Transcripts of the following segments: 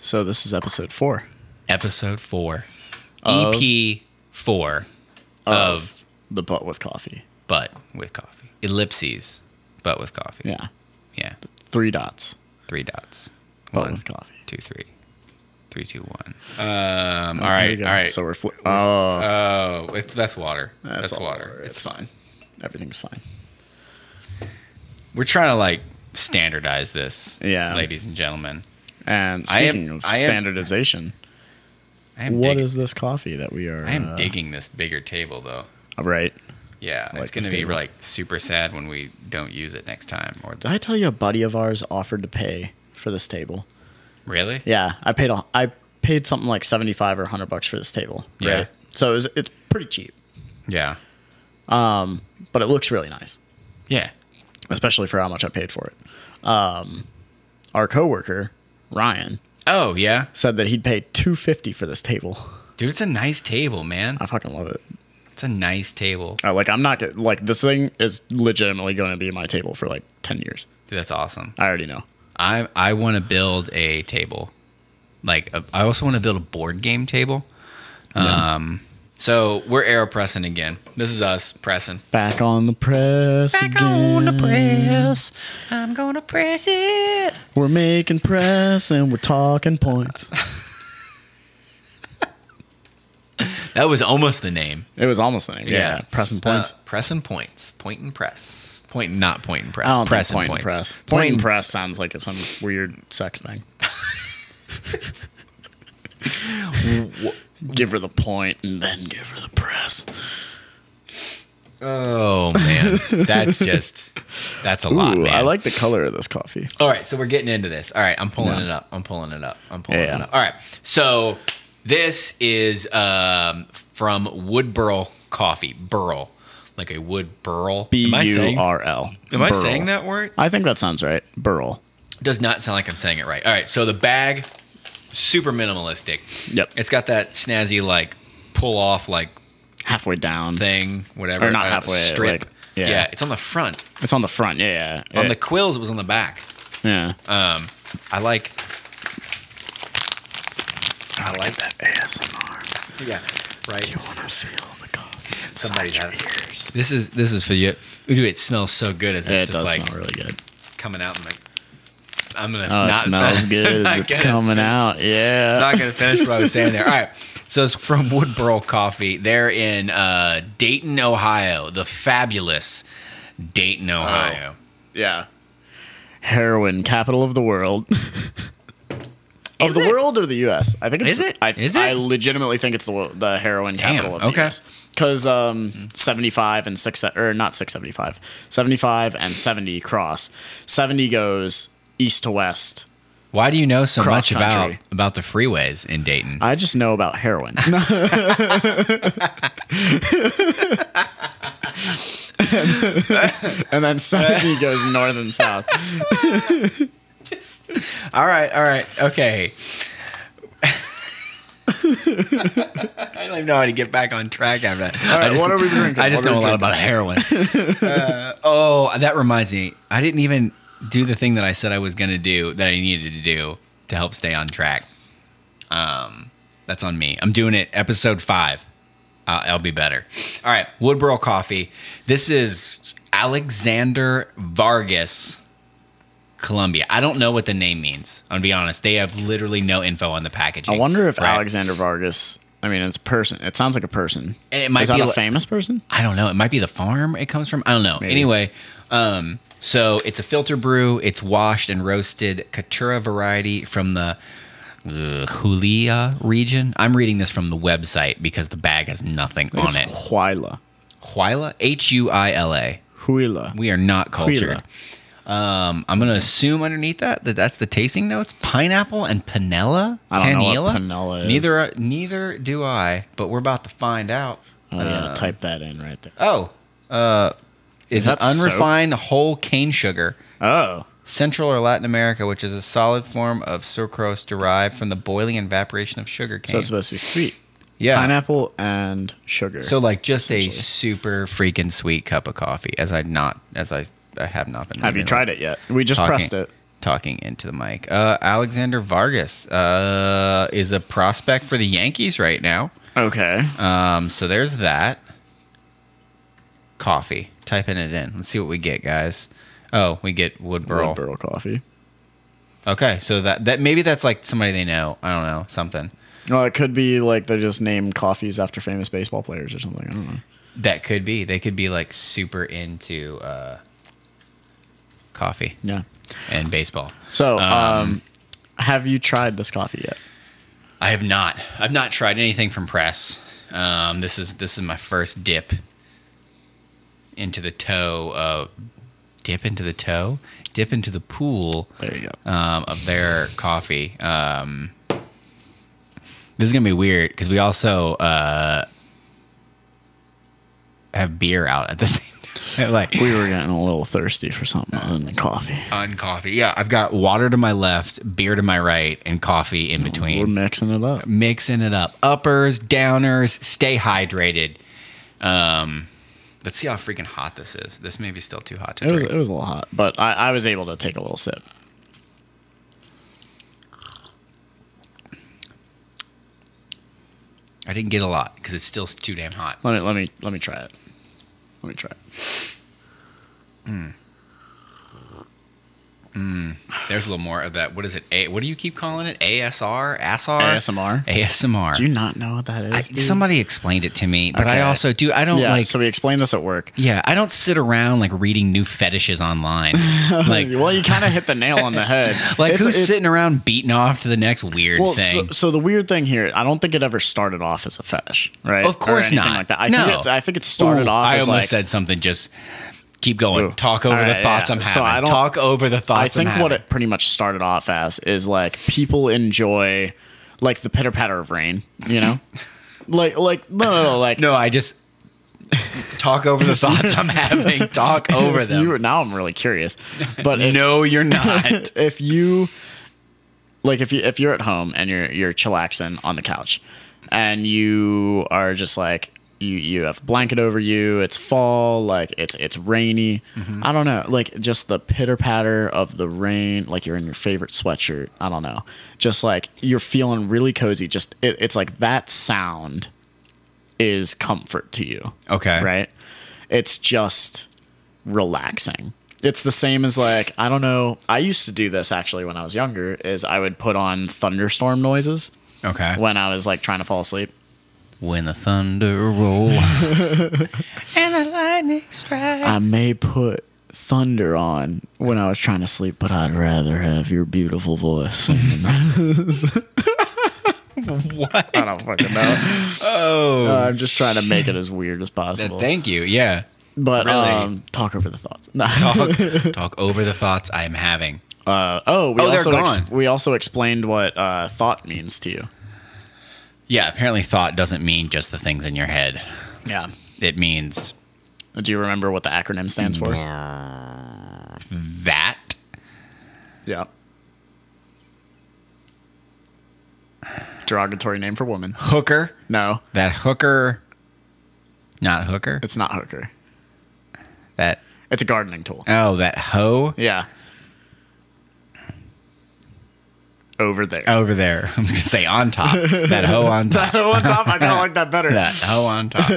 So this is episode four. Episode four, Of- EP four of, the butt with coffee. But with Coffee. Ellipses, But with Coffee. Yeah. Yeah. Three dots. Three dots. But One, with coffee. two, three. Three, two, one. Um, all right. All right. So we're fli oh, oh, it's, that's water. That's, all water. over. It's It's fine. Everything's fine. We're trying to like standardize this, Yeah. ladies and gentlemen. And I am- speaking of I am- standardization, I what am is digging, this coffee that we are? I am uh, digging this bigger table though. Right. Yeah, like it's this gonna be table. like super sad when we don't use it next time. Or Did I tell you a buddy of ours offered to pay for this table? really? Yeah, I paid a, I paid something like seventy five or hundred bucks for this table. Yeah. Right. So it was, it's pretty cheap, Yeah. but it looks really nice. Yeah. especially for how much I paid for it. Um, our coworker Ryan Oh yeah, said that he'd pay two fifty for this table. dude, it's a nice table, man. I fucking love it. It's a nice table. Uh, like I'm not get- like this thing is legitimately going to be my table for like ten years. Dude, that's awesome. I already know. I I want to build a table, like a, I also want to build a board game table. Um, so we're aeropressing again. This is us pressing. Back on the press again. I'm gonna press it. We're making press and we're talking points. That was almost the name. It was almost the name. Yeah, pressing points. Uh, press and points. Point and press. Point and not point and press. I don't press think point and press. points. Point, and press sounds like it's some weird sex thing. give her the point and then give her the press. Oh man, that's just that's a lot, Ooh, man. I like the color of this coffee. All right, so we're getting into this. All right, I'm pulling Yeah. it up. I'm pulling it up. I'm pulling Yeah. it up. All right, so this is um, from Woodburl Coffee. Burl, like a wood burl. B Am I U saying? Am R L. I saying that word? I think that sounds right. Burl. Does not sound like I'm saying it right. All right, so the bag, super minimalistic. Yep. It's got that snazzy like pull off like halfway down. thing, whatever. Or not uh, halfway, Strip. like- yeah. yeah. it's on the front. It's on the front. Yeah, yeah. On yeah. the quills, it was on the back. yeah. Um, I like. I like that. ASMR. Yeah. Right. Feel the coffee. Somebody inside have- your ears. This is this is for you. Ooh, dude, it smells so good as It it's just does like smell really good. coming out and like I'm gonna Oh, it not smells good. not It's gonna- coming out. Yeah. Not gonna finish what I was saying there. All right. So it's from Woodboro Coffee. They're in uh, Dayton, Ohio. The fabulous Dayton, Oh. Ohio. yeah. Heroin, capital of the world. of Is the it? world or the U.S.? I think it's. Is it? I, Is I it? legitimately think it's the wo- the heroin Damn, capital of the okay. Mm-hmm. U.S. Because um, seventy five and six or not six seventy five, seventy five and seventy cross. Seventy goes east to west. Why do you know so Cross much about country. about the freeways in Dayton? I just know about heroin. No, and then seventy goes north and south. All right, all right, okay. I don't even know how to get back on track after that. All right, I just, what are we drinking? I just What are know a we lot about heroin. Uh, oh, that reminds me. I didn't even do the thing that I said I was going to do that I needed to do to help stay on track. Um, that's on me. I'm doing it episode five. Uh, I'll be better. All right, Woodboro Coffee. This is Alexander Vargas. Colombia. I don't know what the name means. I'm gonna be honest. They have literally no info on the packaging. I wonder if Right. Alexander Vargas. I mean, it's a person. It sounds like a person. And it might Is that be a li- famous person? I don't know. It might be the farm it comes from. I don't know. Anyway, um, so it's a filter brew. It's washed and roasted Katura variety from the uh, Julia region. I'm reading this from the website because the bag has nothing on it. It's Huila. Huila, H U I L A. Huila. We are not cultured. Huila. Um, I'm gonna assume underneath that that that's the tasting notes: pineapple and panela. I don't know what panela is. Neither uh, neither do I, but we're about to find out. Oh, you gotta type that in right there. Oh, uh, is that soap? unrefined whole cane sugar. Oh, Central or Latin America, which is a solid form of sucrose derived from the boiling and evaporation of sugar cane. so it's supposed to be sweet. yeah. Pineapple and sugar. So like just a super freaking sweet cup of coffee, as I not as I I have not been. have you even tried it yet? We just talking- pressed it. talking into the mic. Uh, Alexander Vargas uh, is a prospect for the Yankees right now. Okay. Um, so there's that. Coffee. Typing it in. Let's see what we get, guys. Oh, we get Wood Burl. Red Burl coffee. Okay, so that that maybe that's like somebody they know. I don't know something Well, it could be like they just named coffees after famous baseball players or something. I don't know. that could be. They could be like super into uh, coffee Yeah. and baseball. So, um, Um, have you tried this coffee yet? I have not. I've not tried anything from press. Um, this is this is my first dip into the toe of dip into the toe, dip into the pool There you go. um, of their coffee. Um, this is gonna be weird because we also uh, have beer out at the same time, like We were getting a little thirsty for something other than coffee. on coffee. Yeah, I've got water to my left, beer to my right, and coffee Oh, in between. We're mixing it up. mixing it up. Uppers, downers, stay hydrated. Um, let's see how freaking hot this is. This may be still too hot to It was drink. it was a little hot, but I, I was able to take a little sip. I didn't get a lot because it's still too damn hot. Let me let me let me try it. Let me try it. There's a little more of that. What is it? A, what do you keep calling it? ASR? ASR? ASMR. ASMR. Do you not know what that is? I, dude? somebody explained it to me, but Okay. I also do. I don't yeah. like. so we explained this at work. yeah, I don't sit around like reading new fetishes online. like, well, you kind of hit the nail on the head. like It's- who's it's- sitting around beating off to the next weird Well, so, thing? so the weird thing here, I don't think it ever started off as a fetish, right? Of course or anything not. Like that. I No. think it, I think it started Ooh, off. I as almost like, said something. Just keep going. Ooh. Talk over All the right, thoughts yeah. I'm So I having. don't- Talk over the thoughts. I think am what having. it pretty much started off as is like people enjoy like the pitter patter of rain, you know, like like no no, no like No, I just talk over the thoughts I'm having. Talk over if you were- them. now I'm really curious, but if, No, you're not. if you like if you if you're at home and you're you're chillaxing on the couch and you are just like you you have a blanket over you it's fall like it's it's rainy Mm-hmm. i don't know like just the pitter patter of the rain like you're in your favorite sweatshirt i don't know just like you're feeling really cozy just it, it's like that sound is comfort to you okay. right? It's just relaxing. It's the same as like I don't know. I used to do this actually when I was younger. Is I would put on thunderstorm noises Okay. when I was like trying to fall asleep. When the thunder roll and the lightning strikes. I may put thunder on when I was trying to sleep, but I'd rather have your beautiful voice. what? I don't fucking know. Oh. I'm just trying to make it as weird as possible. Thank you. Yeah. but really. um, talk over the thoughts. Nah. Talk, talk over the thoughts I'm having. Uh, oh, we Oh, they're also ex- gone. we also explained what uh, thought means to you. Yeah. Apparently, thought doesn't mean just the things in your head. Yeah. It means Do you remember what the acronym stands for? that. Yeah. Derogatory name for woman. hooker. No, That hooker. Not hooker. it's not hooker. That It's a gardening tool. oh, that hoe Yeah. Over there. over there. I'm gonna say on top. that hoe on top. One top, I kind of like that better. that hoe on top.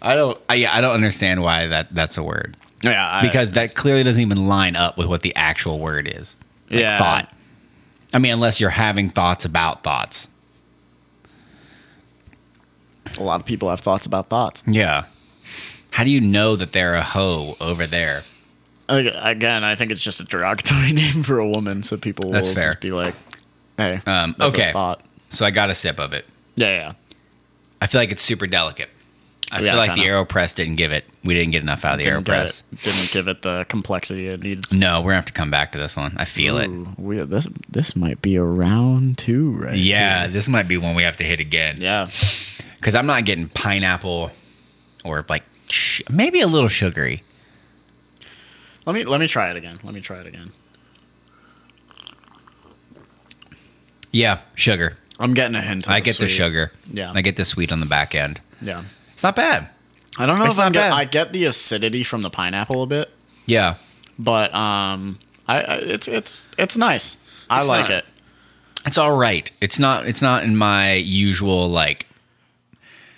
I don't. I, yeah, I don't understand why that that's a word Yeah. I- because that clearly doesn't even line up with what the actual word is. Like, Yeah. Thought. I mean, unless you're having thoughts about thoughts. a lot of people have thoughts about thoughts. Yeah. How do you know that they're a hoe over there? Ag- Again, I think it's just a derogatory name for a woman, so people That's will fair. just be like, "Hey, Um, that's a okay. thought." So I got a sip of it. Yeah, yeah. I feel like it's super delicate. I Yeah, feel like kinda. the AeroPress didn't give it. We didn't get enough out of the Didn't, get AeroPress. it, didn't give it the complexity it needs. No, we're gonna have to come back to this one. I feel it. Ooh, we, this this might be a round two, right? Yeah, this might be one we have to hit again. Yeah. Because I'm not getting pineapple, or like sh- maybe a little sugary. Let me let me try it again. Let me try it again. Yeah, sugar. I'm getting a hint. of I get the Oh, sweet. sugar. Yeah. I get the sweet on the back end. Yeah. It's not bad. I don't know It's if I'm not get, bad. I get the acidity from the pineapple a bit, Yeah, but um, I, I it's it's it's nice. I It's like not- it. It's all right. It's not. It's not in my usual like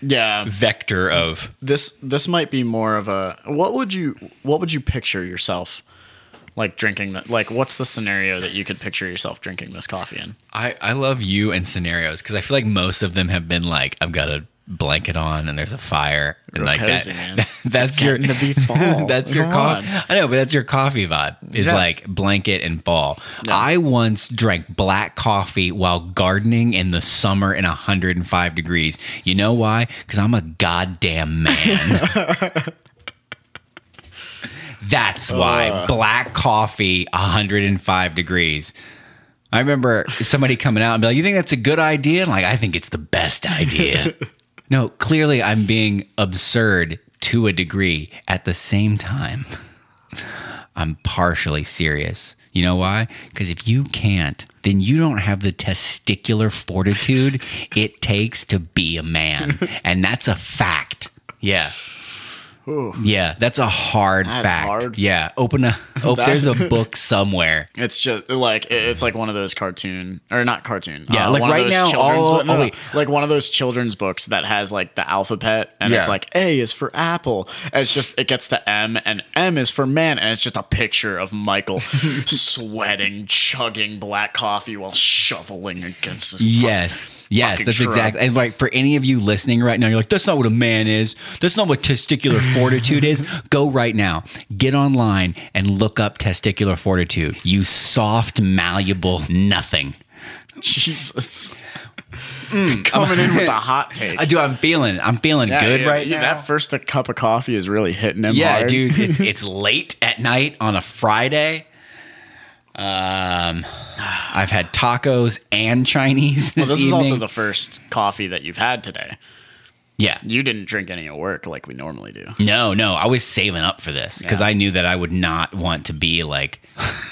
Yeah. vector of This this might be more of a what would you what would you picture yourself like drinking that like what's the scenario that you could picture yourself drinking this coffee in? I, I love you and scenarios because I feel like most of them have been like I've got a blanket on and there's a fire and like cozy, that. man. That's your getting to be fall. that's your Come coffee. on. I know, but that's your coffee vibe is Yeah. like blanket and ball. Yeah. I once drank black coffee while gardening in the summer in 105 degrees. You know why? Because I'm a goddamn man. That's why black coffee 105 degrees. I remember somebody coming out and be like, "You think that's a good idea?" And like, I think it's the best idea. no, clearly I'm being absurd to a degree. At the same time, I'm partially serious. You know why? Because if you can't, then you don't have the testicular fortitude it takes to be a man, and that's a fact. Yeah. Ooh. Yeah, that's a hard That's fact. hard. Yeah, open a. Oh, That- there's a book somewhere. It's just like it- it's like one of those cartoon or not cartoon. Yeah, uh, like one of right those now, children's all- book- no, oh, no, wait. like one of those children's books that has like the alphabet and it's Yeah. like A is for apple. And it's just it gets to M and M is for man and it's just a picture of Michael sweating, chugging black coffee while shoveling against his. Yes. Yes, fucking that's shrug. exactly. And like for any of you listening right now, you're like, that's not what a man is. That's not what testicular fortitude is. Go right now, get online and look up testicular fortitude. You soft, malleable nothing. Jesus. Coming in with the hot takes. Mm. I do. I'm feeling. I'm feeling Yeah, good yeah, right yeah, now. That first cup of coffee is really hitting him. yeah, hard. dude. It's, it's late at night on a Friday. Um, I've had tacos and Chinese. This, Well, this is evening. also the first coffee that you've had today. yeah. You didn't drink any at work like we normally do. No, no, I was saving up for this because Yeah. I knew that I would not want to be like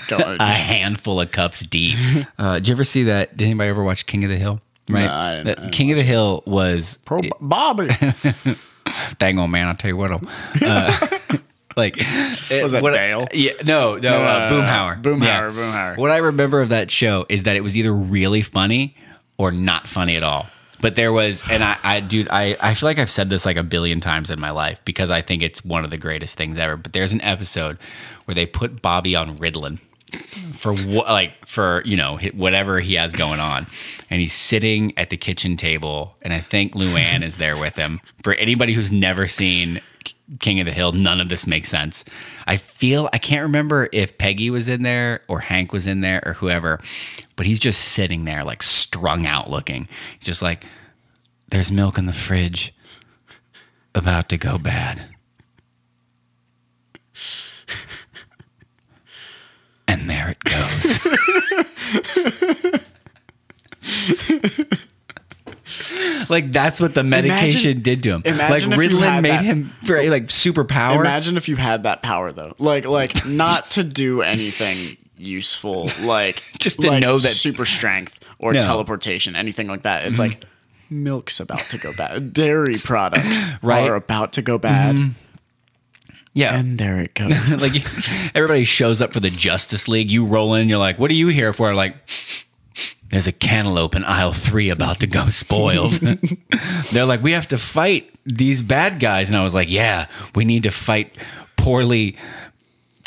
Don't- a handful of cups deep. Uh, did you ever see that? Did anybody ever watch King of the Hill? Right, No, I didn't- That- I didn't King of the Hill was Pro Bobby. dang on man. I'll tell you what, I'll- uh, like it- Was that what- Dale? Yeah, no, no, uh, No, no, no, Boomhauer. no. Boomhauer, Yeah. Boomhauer. What I remember of that show is that it was either really funny or not funny at all. But there was, and I, I dude, I, I feel like I've said this like a billion times in my life because I think it's one of the greatest things ever. But there's an episode where they put Bobby on Ritalin for what, like for you know hi- whatever he has going on, and he's sitting at the kitchen table, and I think Luann is there with him. For anybody who's never seen K- King of the Hill, none of this makes sense. I feel I can't remember if Peggy was in there or Hank was in there or whoever, but he's just sitting there like strung out looking. He's just like, "There's milk in the fridge, about to go bad." And there it goes. like that's what the medication Imagine- did to him. Like imagine if you Ritalin had made that- him very like superpower. Imagine if you had that power though. Like like not to do anything useful. Like Just to like know that- super strength or No. Mm-hmm. teleportation, anything like that. It's like milk's about to go bad. Dairy products Right. Mm-hmm. are about to go bad. yeah. And there it goes. like everybody shows up for the Justice League. You roll in, you're like, "What are you here for?" Like, there's a cantaloupe in aisle three about to go spoiled. They're like, "We have to fight these bad guys," and I was like, "Yeah, we need to fight poorly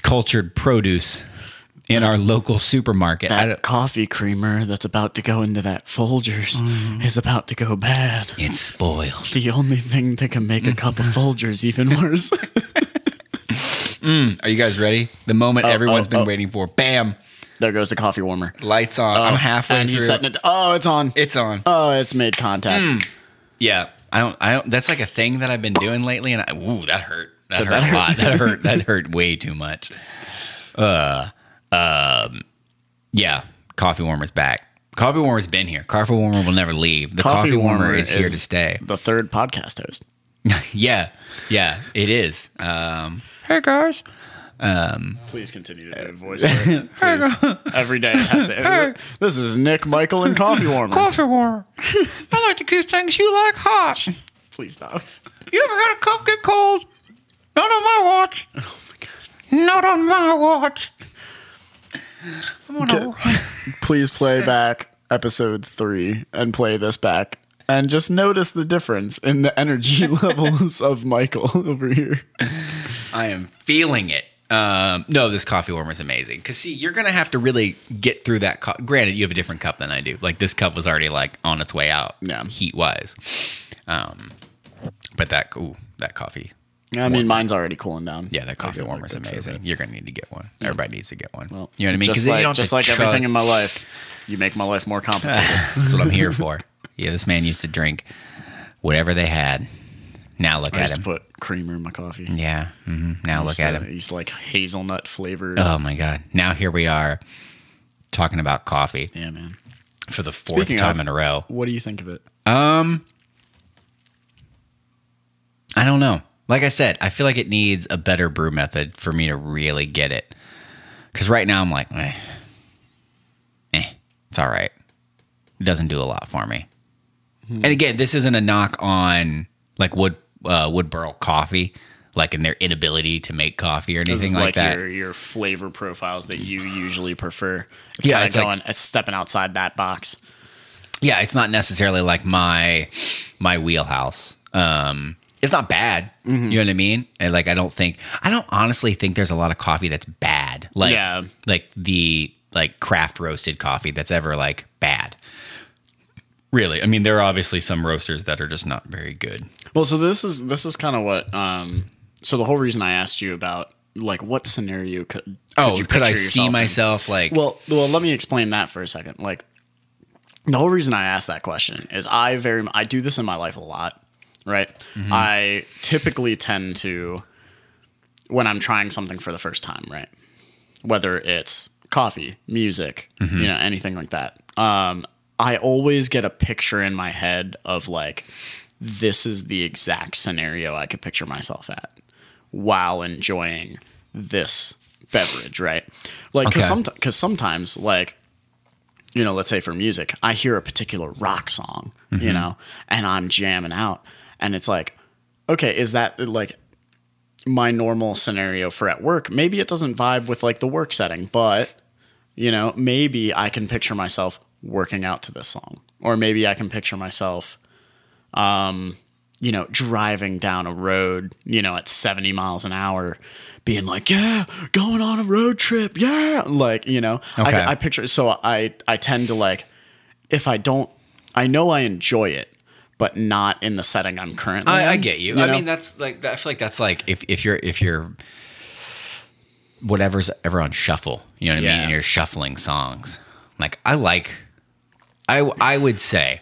cultured produce in our local supermarket." that I don't- coffee creamer that's about to go into that Folgers is about to go bad. it's spoiled. The only thing that can make a cup of Folgers even worse. Are you guys ready? The moment everyone's oh, been oh. waiting for. Bam! there goes the coffee warmer. Lights on. I'm halfway Oh. and through. he's setting it. Oh, it's on. Mm. it's on. oh, it's made contact. Yeah, I don't. I don't. That's like a thing that I've been doing lately, and I, ooh, that hurt. That Did that hurt a hurt? lot. That hurt. That hurt way too much. Uh, um, yeah. Coffee warmer's back. Coffee warmer's been here. Coffee warmer will never leave. The coffee, warmer, is, here to stay. The third podcast host. yeah, yeah, it is. Um, hey guys. Please continue to do voice. work. Please. Every day. It has to, this is Nick, Michael, and Coffee Warmer. warmer. I like to keep things you like hot. Please stop. You ever had a cup get cold? Oh, Not on my watch. Not on my watch. I'm on a run. Please play back episode three and play this back. And just notice the difference in the energy levels of Michael over here. I am feeling it. Um, no, this coffee warmer is amazing. Cause see, you're gonna have to really get through that. Co- Granted, you have a different cup than I do. Like this cup was already like on its way out, Yeah. heat wise. Um, but that ooh, that coffee, I mean, mine's already cooling down. yeah, that coffee feel like warmer is good for amazing. You're gonna need to get one. Everybody needs to get one. Well, you know what I mean? Just then you like, don't have just to like chug- everything in my life, you make my life more complicated. That's what I'm here for. Yeah, this man used to drink whatever they had. Now look I at used to him. put creamer in my coffee. yeah. hmm Now look used at to- him. I used to like hazelnut flavored. Oh my god. Now here we are talking about coffee yeah, man. for the fourth Speaking time of- in a row. What do you think of it? Um I don't know. Like I said, I feel like it needs a better brew method for me to really get it. Cuz right now I'm like, eh. Eh, it's all right. It doesn't do a lot for me. Hmm. And again, this isn't a knock on like wood uh, wood burl coffee, like in their inability to make coffee or This anything is like, that. Your, your flavor profiles that you usually prefer. It's Yeah, kinda it's like- going. it's stepping outside that box. yeah, it's not necessarily like my my wheelhouse. Um, it's not bad. Mm-hmm. You know what I mean? And like, I don't think I don't honestly think there's a lot of coffee that's bad. Like, Yeah. like the like craft roasted coffee that's ever like bad. Really, I mean, there are obviously some roasters that are just not very good. Well, so this is this is kind of what. Um, so the whole reason I asked you about like what scenario could, could Oh, you could I picture see yourself in? myself like? Well, well, let me explain that for a second. Like the whole reason I asked that question is I very I do this in my life a lot, right? Mm-hmm. I typically tend to when I'm trying something for the first time, right? Whether it's coffee, music, you know, anything like that. Um, I always get a picture in my head of like this is the exact scenario I could picture myself at while enjoying this beverage, right? Like, because Okay. sometimes, like, you know, let's say for music, I hear a particular rock song, you know, and I'm jamming out, and it's like, okay, is that like my normal scenario for at work? Maybe it doesn't vibe with like the work setting, but you know, maybe I can picture myself working out to this song, or maybe I can picture myself um, you know, driving down a road, you know, at 70 miles an hour, being like, yeah, going on a road trip. Yeah. Like, you know, Okay. I, I picture, so I, I tend to like, if I don't, I know I enjoy it, but not in the setting I'm currently. I, I in, get you. I know? mean, that's like I feel like that's like if if you're if you're whatever's ever on shuffle, you know what I mean, Yeah. and you're shuffling songs. Like I like, I I would say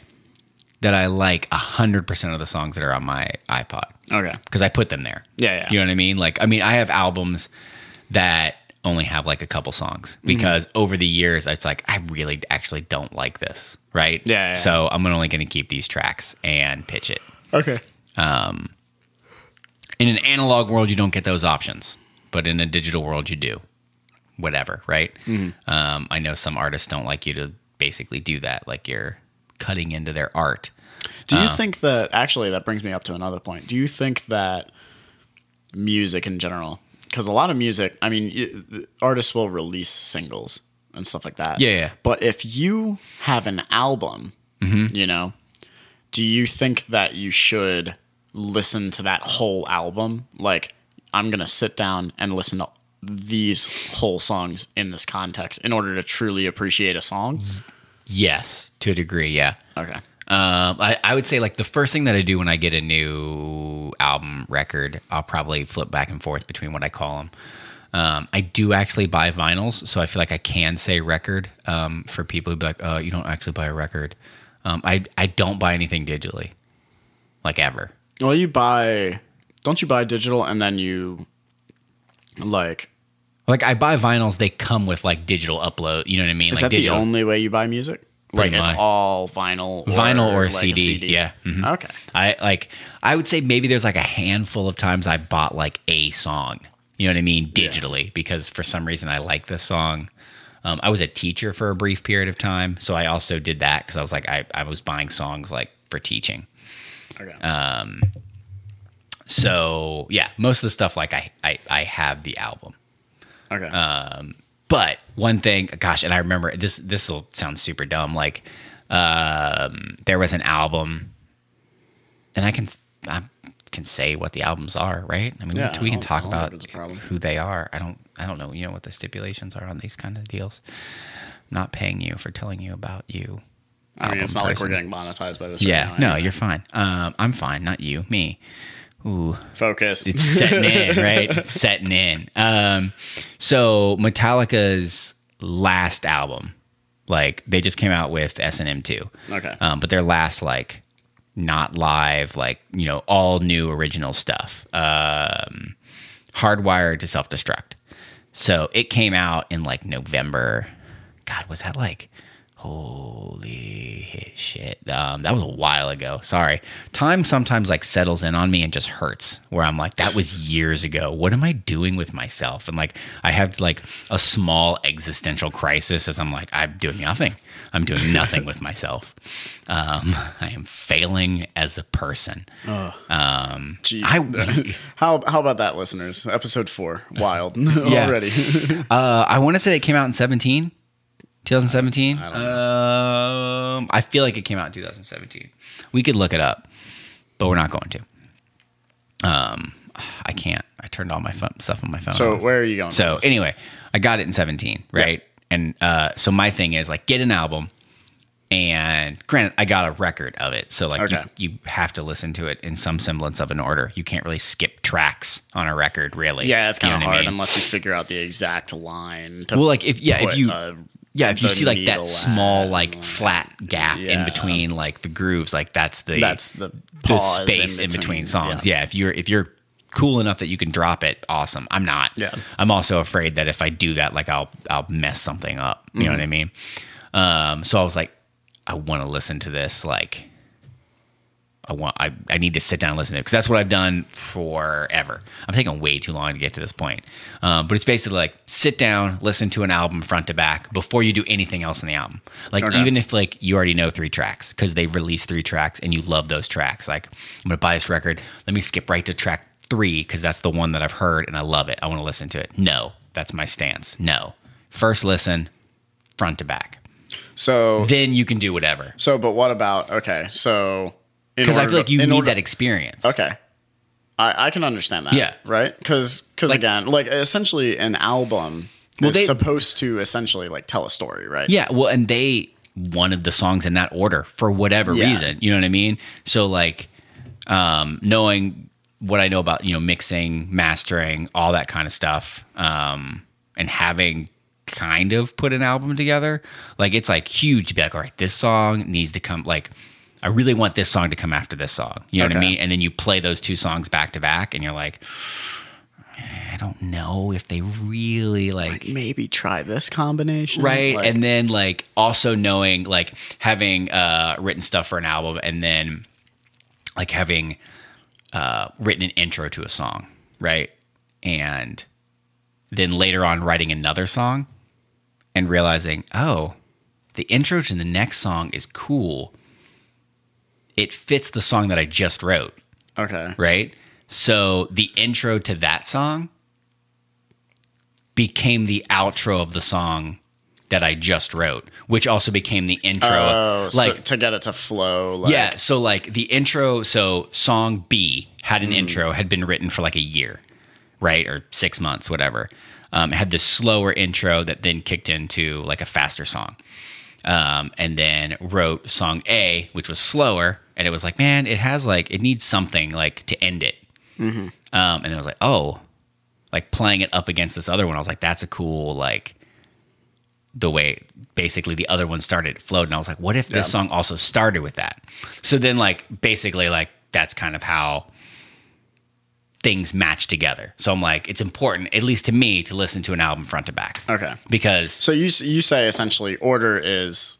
that I like hundred percent of the songs that are on my iPod okay. because I put them there. Yeah, yeah. You know what I mean? Like, I mean, I have albums that only have like a couple songs Mm-hmm. because over the years, it's like, I really actually don't like this. Right. Yeah, yeah. So I'm only going to keep these tracks and pitch it. Okay. In an analog world, you don't get those options, but in a digital world, you do. Whatever, right? Um, I know some artists don't like you to basically do that, like you're cutting into their art. Do Uh. you think that, actually, that brings me up to another point. Do you think that music in general, because a lot of music, I mean, you, the artists will release singles and stuff like that. Yeah, yeah. But if you have an album, Mm-hmm. you know, do you think that you should listen to that whole album? Like, I'm going to sit down and listen to these whole songs in this context in order to truly appreciate a song? Mm-hmm. Yes, to a degree, yeah. Okay. Um, I, I would say like the first thing that I do when I get a new album record, I'll probably flip back and forth between what I call them. Um, I do actually buy vinyls, so I feel like I can say record um, for people who be like, "Oh, you don't actually buy a record." Um, I I don't buy anything digitally, like ever. Well, you buy, don't you buy digital and then you like, Like I buy vinyls, they come with like digital upload. You know what I mean? is like that digital the only way you buy music? Pretty like, much. it's all vinyl or vinyl or a like, CD. Yeah. mhm. Okay. I like I would say maybe there's like a handful of times I bought like a song. You know what I mean? Digitally, because for some reason I like this song. Um, I was a teacher for a brief period of time, so I also did that because I was like I, I was buying songs like for teaching. Okay. Uh, So yeah, most of the stuff like I I, I have the album. okay. But one thing, gosh, and I remember this. This will sound super dumb. Like, um, there was an album, and I can I can say what the albums are, right? I mean, Yeah, we I don't- I can talk don't about think it's a problem. who they are. I don't I don't know. You know what the stipulations are on these kind of deals. I'm not paying you for telling you about you. I mean, it's album not like person. we're getting monetized by this. Yeah, right now, no, anyway. you're fine. Um, I'm fine, not you, me. Ooh, focused. it's setting in, right? It's setting in. Um, so Metallica's last album, like they just came out with S and M two, okay. um, but their last like not live, like you know, all new original stuff, um, hardwired to self destruct. So it came out in like November. God, was that like? Holy shit. Um, that was a while ago. Sorry. Time sometimes like settles in on me and just hurts where I'm like, that was years ago. What am I doing with myself? And like, I have like a small existential crisis as I'm like, I'm doing nothing. I'm doing nothing with myself. Um, I am failing as a person. um, Jeez. I, how how about that, listeners? Episode four, wild already. Uh, I want to say it came out in 17, 2017. don't um, I feel like it came out in 2017. We could look it up, but we're not going to. Um, I can't. I turned all my phone, stuff on my phone. so off. where are you going? Uh-huh. So with this? anyway, I got it in 17, right? And uh, so my thing is like get an album, and granted, I got a record of it, so like Okay. you, you have to listen to it in some semblance of an order. You can't really skip tracks on a record, really. yeah, it's You kind know of what I hard mean? unless you figure out the exact line. To well, like if yeah, put uh, if you a- yeah, if you the see like needle that small at, like flat gap in Yeah. between like the grooves, like that's the that's the, the pause in space in between, songs. Yeah. if you're if you're cool enough that you can drop it, awesome. I'm not. Yeah. I'm also afraid that if I do that, like I'll I'll mess something up. You know Mm-hmm. what I mean? Um, so I was like, I want to listen to this. Like, I want I I need to sit down and listen to it because that's what I've done forever. I'm taking way too long to get to this point. Um, but it's basically like sit down, listen to an album front to back before you do anything else in the album. Like Okay. even if like you already know three tracks because they've released three tracks and you love those tracks. Like I'm gonna buy this record. Let me skip right to track three because that's the one that I've heard and I love it. I want to listen to it. No, that's my stance. No, first listen, front to back. So Then you can do whatever so, but what about okay? So in because I order feel like to- you in need order- that experience. Okay. I, I can understand that. Yeah. Right? Because again, like essentially an album Well, is they- supposed to essentially like tell a story, right? Yeah, well, and they wanted the songs in that order for whatever Yeah. reason. You know what I mean? So like, um, knowing what I know about you know mixing, mastering, all that kind of stuff, um, and having kind of put an album together, like it's like huge. Be like, all right, this song needs to come like. I really want this song to come after this song. You know what I Okay. mean? And then you play those two songs back to back, and you're like, I don't know if they really like Maybe try this combination. right Like, and then like also knowing like having uh written stuff for an album and then like having uh written an intro to a song right and then later on writing another song and realizing oh the intro to the next song is cool it fits the song that i just wrote okay. right? So the intro to that song became the outro of the song that I just wrote, which also became the intro. Oh, like, so to get it to flow. Like, yeah, so like the intro, so song B had an Hmm. intro, had been written for like a year, right? Or six months, whatever. Um, it had this slower intro that then kicked into like a faster song. Um, and then wrote song A, which was slower. And it was like, man, it has like, it needs something like to end it. Um, and then I was like, oh, like playing it up against this other one. I was like, that's a cool, like, the way basically the other one started, it flowed. And I was like, what if this song also started with that? So then, like, basically, like, that's kind of how things match together. So I'm like, it's important, at least to me, to listen to an album front to back. Okay. Because, So you, s- you say essentially order is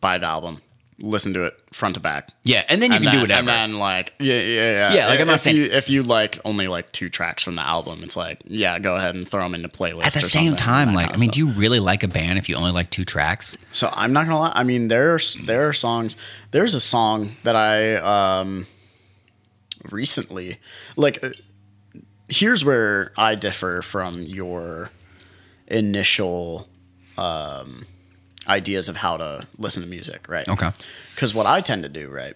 buy the album, listen to it front to back. yeah, and then you and can then, do whatever. And then like yeah yeah yeah Yeah, like, I'm not if saying- you, if you like only like two tracks from the album, it's like yeah, go ahead and throw them into playlists. at the or same something, time, that like, kinda I mean, stuff. do you really like a band if you only like two tracks? So I'm not gonna lie. I mean, there's there are songs. There's a song that I um recently like. uh, Here's where I differ from your initial um, ideas of how to listen to music, right? Okay. Because what I tend to do, right,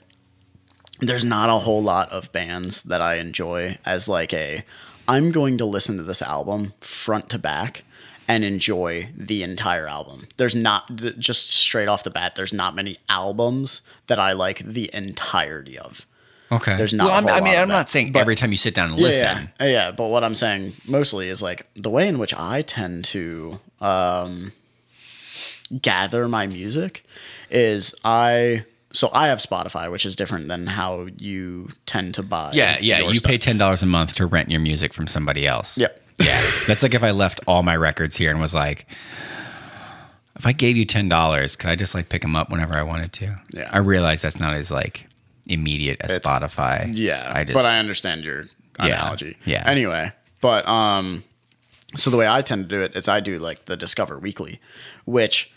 there's not a whole lot of bands that I enjoy as like a I'm going to listen to this album front to back and enjoy the entire album. There's not th- just straight off the bat, there's not many albums that I like the entirety of. Okay. There's not Well, a I'm, whole I mean, lot of I'm not that, saying every time you sit down and Yeah, listen. Yeah, yeah, yeah. But what I'm saying mostly is like the way in which I tend to um, gather my music is I. So I have Spotify, which is different than how you tend to buy. Yeah, yeah. your you stuff. pay ten dollars a month to rent your music from somebody else. Yep. Yeah. That's like if I left all my records here and was like, if I gave you ten dollars, could I just like pick them up whenever I wanted to? Yeah. I realize that's not as like immediate as It's- Spotify. Yeah, I just but I understand your analogy. yeah. Anyway, but um, so the way I tend to do it is I do like the Discover Weekly, which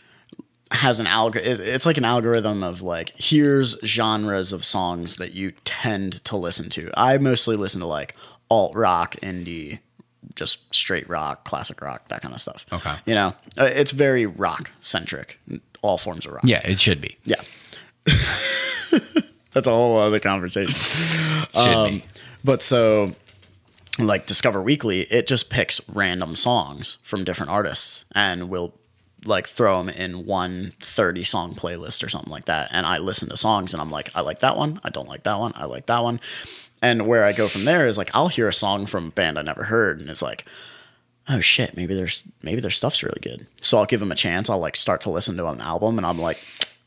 has an alg. it- It's like an algorithm of like here's genres of songs that you tend to listen to. I mostly listen to like alt rock, indie, just straight rock, classic rock, that kind of stuff. Okay. you know, Uh, it's very rock centric, all forms of rock. Yeah, it should be. Yeah. That's a whole other conversation. Should Um, be. but so, like Discover Weekly, it just picks random songs from different artists and will like throw them in one 30 song playlist or something like that. And I listen to songs and I'm like, I like that one. I don't like that one. I like that one. And where I go from there is like, I'll hear a song from a band I never heard and it's like, oh shit, maybe there's maybe their stuff's really good. So I'll give them a chance. I'll like start to listen to an album, and I'm like,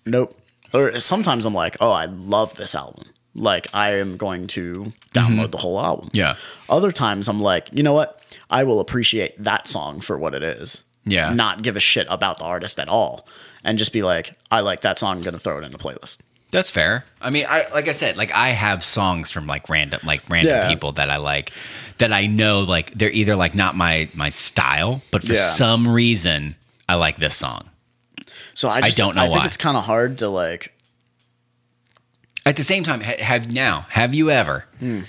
nope. Or sometimes I'm like, oh, I love this album. Like I am going to download the whole album. Mm-hmm. Yeah. Other times I'm like, you know what? I will appreciate that song for what it is. Yeah. Not give a shit about the artist at all, and just be like, I like that song. I'm gonna throw it in the playlist. That's fair. I mean, I like I said, like I have songs from like random, like random Yeah. people that I like, that I know like they're either like not my my style, but for Yeah. some reason I like this song. So I, just, don't know I think why. it's kind of hard to like. At the same time, ha- have now, have you ever? Hmm.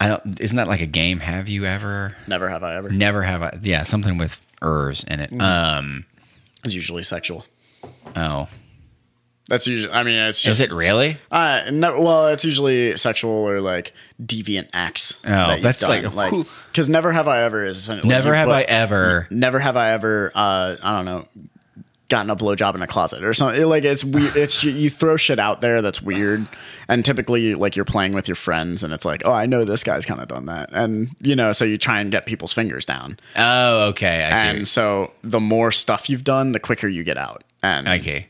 I don't. Isn't that like a game? Have you ever? Never have I ever. Never have I. Yeah, something with ers in Hmm. it. Um. It's usually sexual. Oh, That's usually. I mean, it's is just it really? Uh, no, well, it's usually sexual or like deviant acts. Oh, that's like- who- because never have I ever is essentially- Never you have put- I e- ever. never have I ever uh, I don't know gotten a blowjob in a closet or something. It, like it's weird. It's you, you throw shit out there that's weird, and typically like you're playing with your friends, and it's like, oh, I know this guy's kind of done that, and you know, so you try and get people's fingers down, Oh, okay. I see. what and so the more stuff you've done, the quicker you get out. And you're- okay.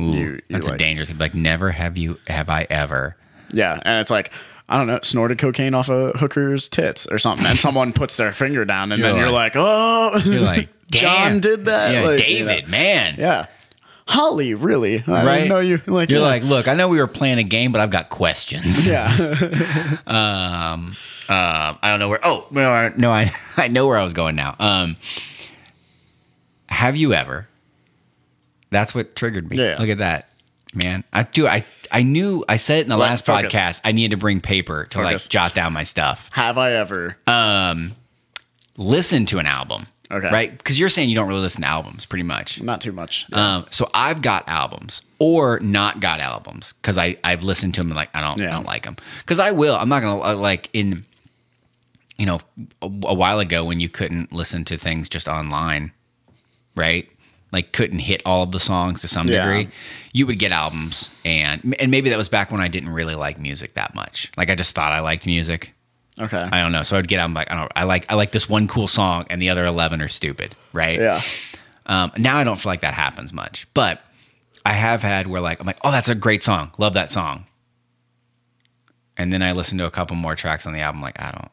Ooh, you that's a like- dangerous. Like, never have you have I ever. Yeah, and it's like I don't know, snorted cocaine off a hooker's tits or something, and someone puts their finger down, and You're then you're like- like, oh, You're like, John damn. did that, Yeah, Like, you know. David, man. yeah, Holly, really? I Right? didn't know you like You're yeah. like, look, I know we were playing a game, but I've got questions. yeah, Um, um, I don't know where. Oh no, I, no, I I know where I was going now. Um, have you ever? That's what triggered me. Yeah. Look at that, man. I do. I I knew. I said it in the Let- last focus. podcast. I needed to bring paper to Focus. like jot down my stuff. have I ever? Um, listen to an album. Okay. Right, because you're saying you don't really listen to albums, pretty much. Not too much. Um, so I've got albums or not got albums because I I've listened to them and like I don't I Yeah. don't like them because I will I'm not gonna uh, like in you know a, a while ago when you couldn't listen to things just online right like couldn't hit all of the songs to some Yeah. degree you would get albums and and maybe that was back when I didn't really like music that much like I just thought I liked music Okay, I don't know so I'd get I'm like I don't I like I like this one cool song and the other eleven are stupid right yeah, um, now I don't feel like that happens much, but I have had where like I'm like, oh, that's a great song, love that song, and then I listen to a couple more tracks on the album, like I don't.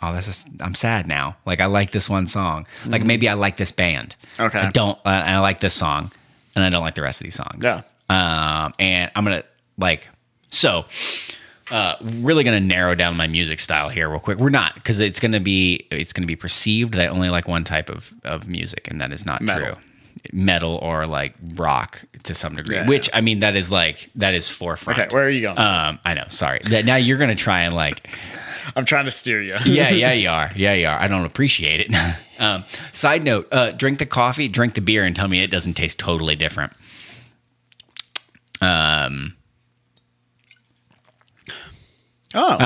Oh, this is I'm sad now. Like I like this one song. Like maybe I like this band. Mm-hmm. Okay. I don't. Uh, I like this song, and I don't like the rest of these songs. Yeah. Um, and I'm gonna like so. Uh, really gonna narrow down my music style here real quick. We're not because it's gonna be it's gonna be perceived that I only like one type of of music, and that is not Metal. true. Metal or like rock to some degree, Yeah. which I mean that is like that is forefront. Uh, okay. Where are you going? Um, I know. Sorry. That now you're gonna try and like I'm trying to steer you. yeah, yeah, you are. Yeah, you are. I don't appreciate it. um, side note: uh, drink the coffee, drink the beer, and tell me it doesn't taste totally different. Um, Oh,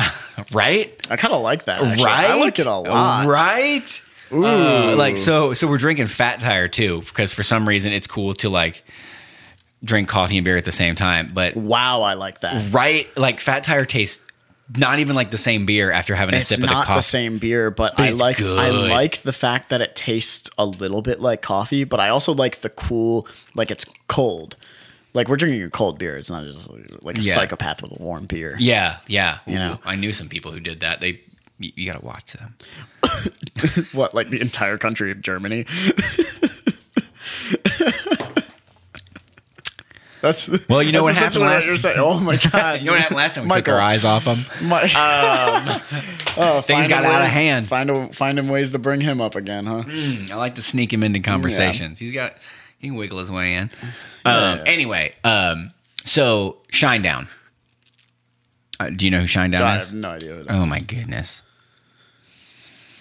right, I kind of like that. Actually. right. I like it a lot. Right. Ooh. Uh, like so, so we're drinking Fat Tire too because for some reason it's cool to like drink coffee and beer at the same time. But wow, I like that. right, like Fat Tire tastes not even like the same beer after having a It's sip of the not the, coffee. same beer, but, I it's like I good. like the fact that it tastes a little bit like coffee, but I also like the cool, like it's cold. Like we're drinking a cold beer. It's not just like a Yeah. psychopath with a warm beer. Yeah, yeah. You know? I knew some people who did that. They, you, you got to watch them. What like the entire country of Germany? That's Well, you know that's what happened essentially last- you're saying. Oh my god! You know what happened last time? We took Michael. our eyes off him. My, oh, Things find got him out of ways- hand. Find a, find him ways to bring him up again, huh? Mm, I like to sneak him into conversations. He's got he can wiggle his way in. Um, Yeah. Anyway, um, so Shinedown. Uh, do you know who I Shinedown have is? no idea. Who that Oh my goodness.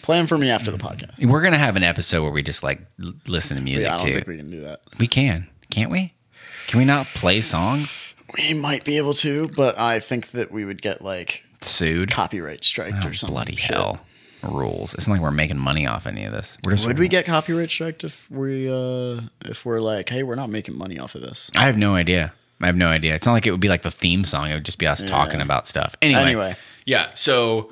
Plan for me after the podcast. We're gonna have an episode where we just like l- listen to music Yeah, I don't too. think we can do that. we can, can't we? Can we not play songs? We might be able to, but I think that we would get like Sued. copyright striked or something. Oh, Bloody hell. Rules. It's not like we're making money off any of this. We're just Would we get copyright striked if we uh if we're like, hey, we're not making money off of this? I have no idea. I have no idea. It's not like it would be like the theme song. It would just be us talking about stuff. Anyway. Anyway. Yeah. So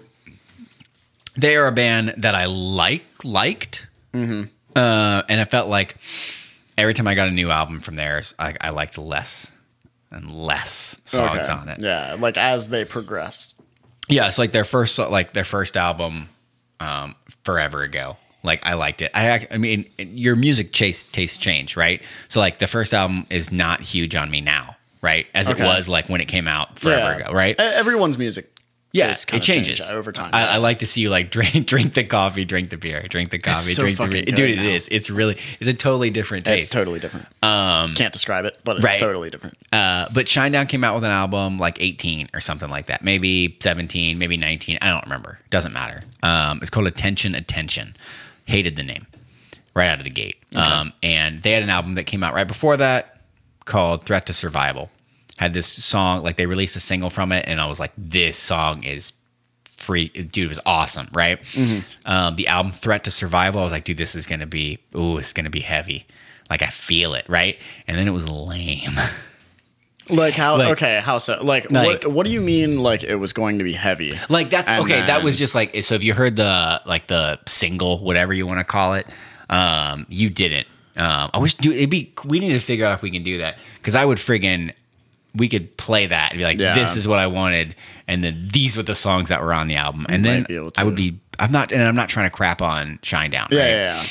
they are a band that I like liked, Mm-hmm. uh, and I felt like every time I got a new album from theirs, I, I liked less and less songs Okay. on it. Yeah, like as they progressed. Yeah, it's like their first like their first album um forever ago. Like I liked it. I ac- I mean your music chase tastes change, right? So like the first album is not huge on me now, right? As Okay. it was like when it came out forever Yeah. ago, right? E- Everyone's music. Yeah, tastes it kinda change changes over time. I, I like to see you like drink drink the coffee, drink the beer, drink the coffee, so drink the fucking beer. good Dude, now. it is. It's really it's a totally different It's taste. totally different. um Can't describe it, but it's Right. totally different. uh, but Shinedown came out with an album like 18 or something like that. Maybe 17, maybe 19. I don't remember. Doesn't matter. Um, it's called Attention, Attention. Hated the name right out of the gate. Um, and they had an album that came out right before that called Threat to Survival. Had this song, like they released a single from it, and I was like, this song is free. Dude, it was awesome, right? Um, the album Threat to Survival, I was like, dude, this is going to be, ooh, it's going to be heavy. Like I feel it, right? And then it was lame. Like how? Like- okay, how so? Like, Like- what? What do you mean? Like it was going to be heavy? Like that's And okay. that then- was just like so. If you heard the like the single, whatever you want to call it, um, you didn't. Um, I wish dude, it'd be. We need to figure out if we can do that because I would friggin' we could play that and be like, Yeah. this is what I wanted, and then these were the songs that were on the album, and might then be able I would to. be. I'm not, and I'm not trying to crap on Shinedown. Yeah, right? yeah,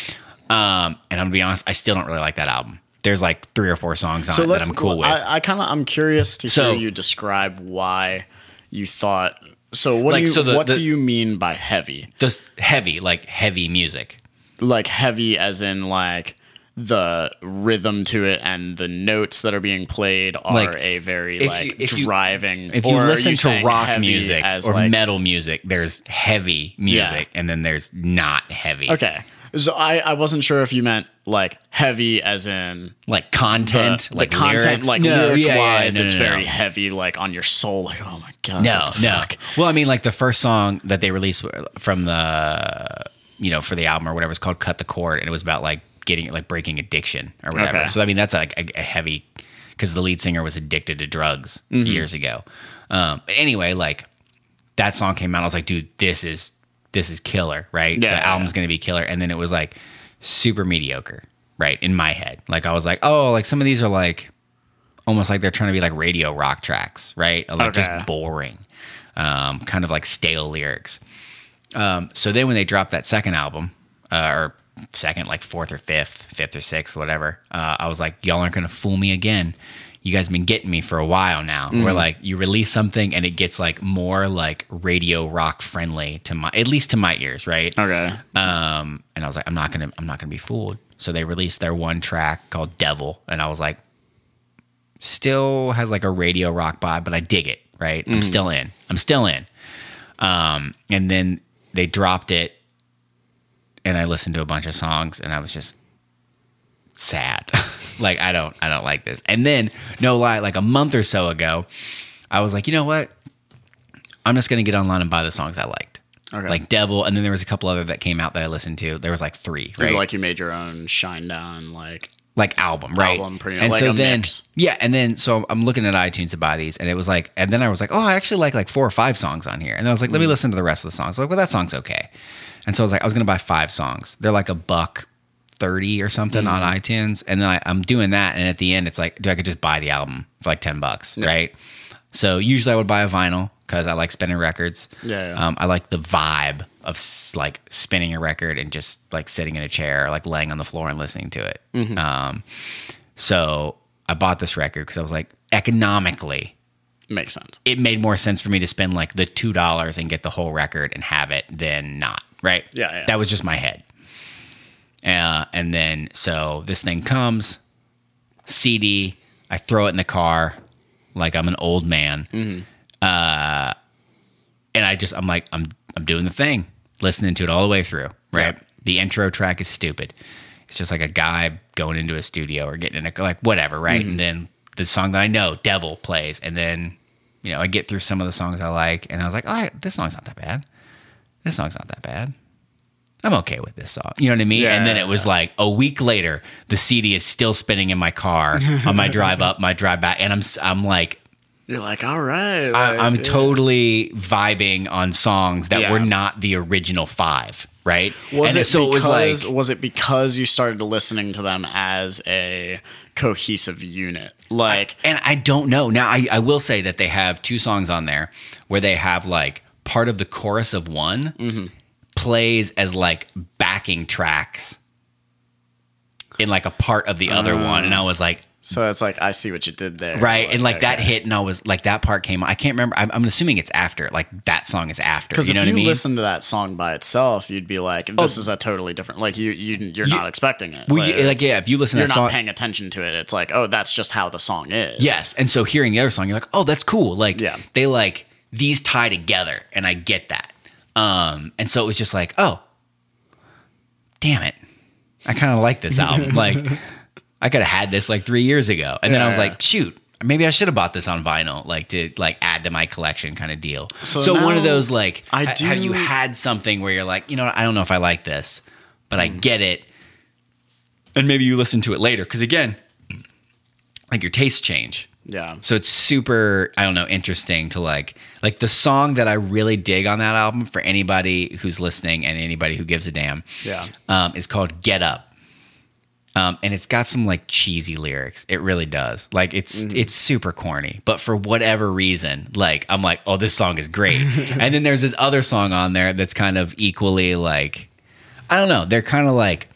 yeah. Um, and I'm gonna be honest, I still don't really like that album. There's like three or four songs on So it that let's. I'm cool with. I, I kind of. I'm curious to So- hear you describe why you thought. So what? Like, do you, so the- what the- do you mean by heavy? Just heavy, like heavy music. Like heavy, as in like the rhythm to it and the notes that are being played are Like, a very if like you- if you- driving. if or you are listen to saying rock heavy music as or like, metal music, there's heavy music and then there's not heavy. okay. So I, I wasn't sure if you meant like heavy as in Like content, the like content, lyrics. like No, lyric yeah, yeah, wise, no, it's no, no. very heavy, like on your soul. Like, oh my god, No, what the no. fuck? Well, I mean, like the first song that they released from the, you know, for the album or whatever it's called, "Cut the Cord," and it was about like getting like breaking addiction or whatever. Okay. So I mean, that's like a, a heavy, because the lead singer was addicted to drugs Mm-hmm. years ago. Um, but anyway, like that song came out, I was like, dude, this is this is killer, right? Yeah, the yeah, album's gonna be killer, and then it was like super mediocre, right? In my head, like I was like, oh, like some of these are like almost like they're trying to be like radio rock tracks, right? Like Okay. just boring, um, kind of like stale lyrics. Um, so then when they dropped that second album, uh, or second, like fourth or fifth, fifth or sixth, whatever, uh, I was like, y'all aren't gonna fool me again. You guys been getting me for a while now. Mm. Where like you release something and it gets like more like radio rock friendly to my, at least to my ears, right? Okay. Um, and I was like, I'm not gonna, I'm not gonna be fooled. So they released their one track called "Devil," and I was like, still has like a radio rock vibe, but I dig it. Right, I'm still in. I'm still in. Um, and then they dropped it, and I listened to a bunch of songs, and I was just sad. like I don't, I don't like this. And then, no lie, like a month or so ago, I was like, you know what? I'm just gonna get online and buy the songs I liked. Okay. Like Devil, and then there was a couple other that came out that I listened to. There was like three, Is right? it like you made your own shine down like like album, right? Album, pretty much, and like so a then, mix. yeah, and then so I'm looking at iTunes to buy these, and it was like, and then I was like, oh, I actually like like four or five songs on here, and I was like, let me Hmm. listen to the rest of the songs. Like, well, that song's okay, and so I was like, I was gonna buy five songs. They're like a buck thirty or something Hmm. on iTunes, and then I, I'm doing that, and at the end, it's like, do I could just buy the album for like ten bucks, right? So usually I would buy a vinyl because I like spinning records. Yeah, yeah. Um, I like the vibe of s- like spinning a record and just like sitting in a chair, or, like laying on the floor and listening to it. Mm-hmm. Um, so I bought this record because I was like, economically, makes sense. it made more sense for me to spend like the two dollars and get the whole record and have it than not. Right? Yeah, yeah. That was just my head. Uh, and then so this thing comes, CD. I throw it in the car, like I'm an old man. Uh, and I just I'm like I'm I'm doing the thing, listening to it all the way through. Right? Yeah. The intro track is stupid. It's just like a guy going into a studio or getting in a like whatever, right? Mm-hmm. And then the song that I know, Devil, plays, and then you know I get through some of the songs I like, and I was like, oh, this song's not that bad. This song's not that bad. I'm okay with this song. You know what I mean? and then Yeah. it was like a week later, the CD is still spinning in my car on my drive up, my drive back, and I'm s- I'm like You're like, all right. I, like, I'm yeah. totally vibing on songs that Yeah. were not the original five, right? Was And it so because, it was like was it because you started listening to them as a cohesive unit? Like and I don't know. Now I, I will say that they have two songs on there where they have like part of the chorus of one Mm-hmm. plays as like backing tracks in like a part of the Uh, other one. And I was like, so it's like I see what you did there. right and like that okay. hit and i was like that part came i can't remember i'm, I'm assuming it's after like that song is after Because you if know you what i mean Oh. listen to that song by itself, you'd be like, "This is a totally different." Like you, you, you're not expecting it. well, you, like it's- yeah if you listen to you're that not song paying attention to it. It's like, oh, that's just how the song is. yes and so hearing the other song you're like oh that's cool like Yeah. they like these tie together and i get that um and so it was just like oh damn it i kind of like this album like i could have had this like three years ago and then i was Yeah. like shoot maybe i should have bought this on vinyl like to like add to my collection kind of deal so, So one of now those like I ha- have you do- had something where you're like you know i don't know if i like this but i get it and maybe you listen to it later because again like your tastes change yeah. Um, so it's super, I don't know, interesting to like like the song that I really dig on that album for anybody who's listening and anybody who gives a damn. Yeah. Um, is called Get Up. Um, and it's got some like cheesy lyrics. It really does. Like it's it's super corny, but for whatever reason, like I'm like, oh, this song is great. and then there's this other song on there that's kind of equally like, I don't know. They're kind of like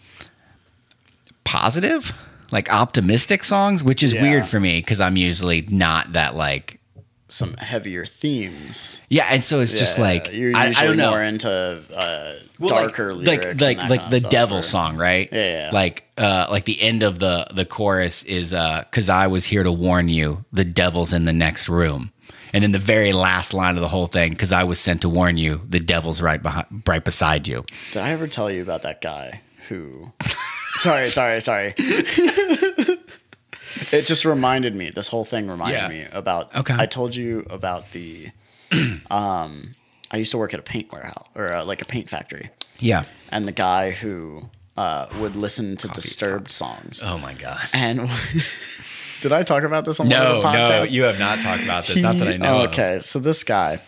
positive, like optimistic songs, which is Yeah. weird for me because I'm usually not that like. Some heavier themes. Yeah, and so it's just Yeah, like you're I, I usually don't know. more into uh, Well, like- darker like, lyrics, like and that like kinda the stuff, devil or- song, right? Yeah, yeah. Like uh, like the end of the the chorus is uh, "Cause I was here to warn you, the devil's in the next room," and then the very last line of the whole thing, "Cause I was sent to warn you, the devil's right behind, right beside you." Did I ever tell you about that guy who? sorry, sorry, sorry. it just reminded me. This whole thing reminded Yeah. me about. Okay. I told you about the. Um, I used to work at a paint warehouse or uh, like a paint factory, Yeah. and the guy who uh, would listen to disturbed songs. Oh my god. And did I talk about this on one No, of the no, podcasts? Oh, you have not talked about this. Not that I know. of. okay, so this guy,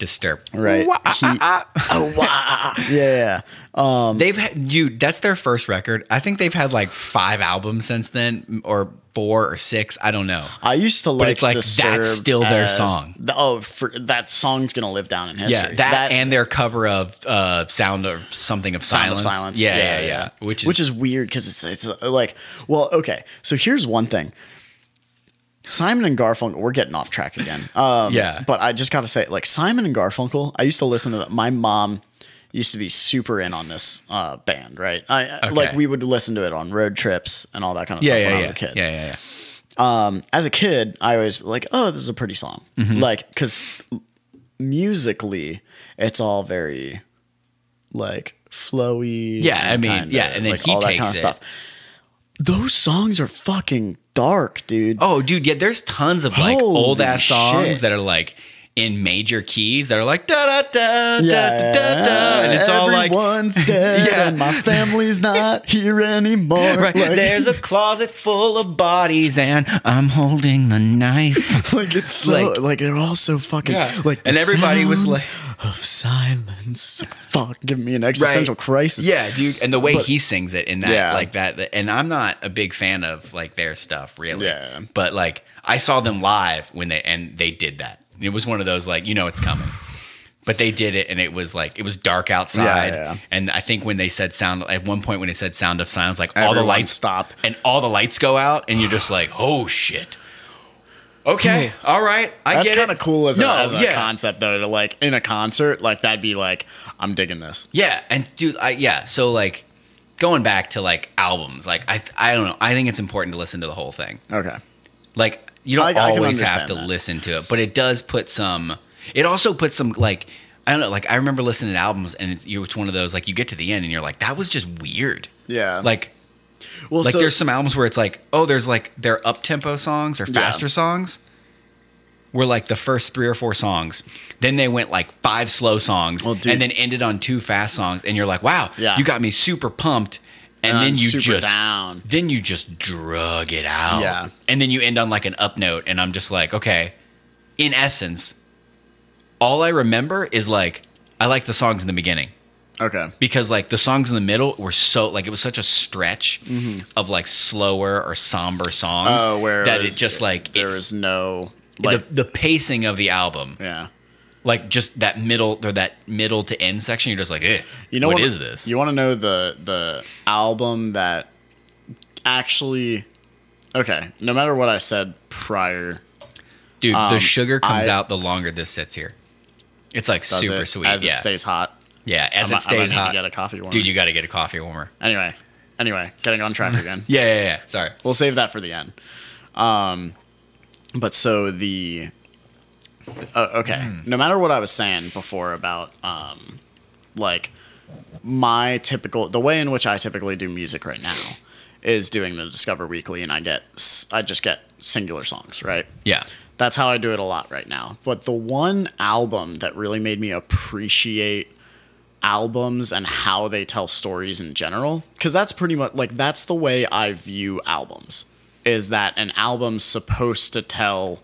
Disturbed. right? he- yeah, yeah. Uh, Um, They've had, dude, that's their first record. I think they've had like five albums since then, m- or four or six. I don't know. I used to like, it's like, that's Disturbed still their as- song. the- oh, for, that song's gonna live down in history. Yeah, that, and their cover of uh, "Sound of Something of Sound of Silence." Silence. Yeah, yeah, yeah, Which is which is weird because it's it's uh, like well, okay. So here's one thing. Simon and Garfunkel, we're getting off track again. Um, Yeah. But I just got to say, like Simon and Garfunkel, I used to listen to that. My mom used to be super in on this uh, band, right? I like we would listen to it on road trips and all that kind of yeah, stuff yeah, when yeah. I was a kid. yeah, yeah, yeah. Mm-hmm. as a kid, I always like, oh, this is a pretty song, Like 'cause like because musically, it's all very like flowy. Yeah, I and mean, kinda, yeah, and then like, he all that takes kind of it. stuff. Those songs are fucking dark, dude. Oh, dude, yeah, there's tons of like Holy old ass songs shit. that are like in major keys that are like da da da da da Yeah, da da, and it's all like everyone's dead Yeah. and my family's not here anymore. Like, right. There's a closet full of bodies, and I'm holding the knife. like it's so like- like, they're all so fucking like the and everybody was sound like, of silence. Fuck, give me an existential crisis. Yeah, dude. And the way But- he sings it in that, Yeah. like that. And I'm not a big fan of like their stuff, really. Yeah. But like, I saw them live when they and they did that. And it was one of those like, you know, it's coming. But they did it, and it was like it was dark outside. yeah. And I think when they said sound, at one point when it said sound of silence, like all the Everyone lights stopped. and all the lights go out, and you're just like, oh shit. Okay, all right, I Hmm. That's get it. kind of cool as a, No, as a yeah. concept, though. To like in a concert, like that'd be like, I'm digging this. Yeah, and dude, I yeah. So like, going back to like albums, like I I don't know. I think it's important to listen to the whole thing. Okay. Like you don't I- I can always have understand to that. listen to it, but it does put some. It also puts some like I don't know. Like I remember listening to albums, and it's, you- it's one of those like you get to the end and you're like, that was just weird. Yeah. Like well, like so- there's some albums where it's like oh there's like they're up tempo songs or faster songs were like the first three or four songs then they went like five slow songs Well, dude- and then ended on two fast songs and you're like wow Yeah. you got me super pumped and, I'm then you super just down. then you just drug it out Yeah. and then you end on like an up note and i'm just like okay in essence all i remember is like i like the songs in the beginning Okay. because like the songs in the middle were so like it was such a stretch of like slower or somber songs Mm-hmm. Oh, where it that was- it just like there it, was no like the, the pacing of the album yeah. like just that middle or that middle to end section you're just like eh, You know what is this You want to know the the album that actually? Okay. No matter what I said prior, dude the um, sugar comes I- out the longer this sits here it's like does super it, sweet as yeah it stays hot. yeah I as it might- I might stays need to hot get a coffee warmer. dude you got to get a coffee warmer Anyway, anyway, getting on track again. yeah yeah yeah sorry We'll save that for the end. Um, but so the uh, okay, no matter what I was saying before about um, like my typical the way in which I typically do music right now is doing the Discover Weekly, and I get s- I just get singular songs, right? yeah That's how I do it a lot right now. But the one album that really made me appreciate albums and how they tell stories in general, because that's pretty much like that's the way I view albums, is that an album's supposed to tell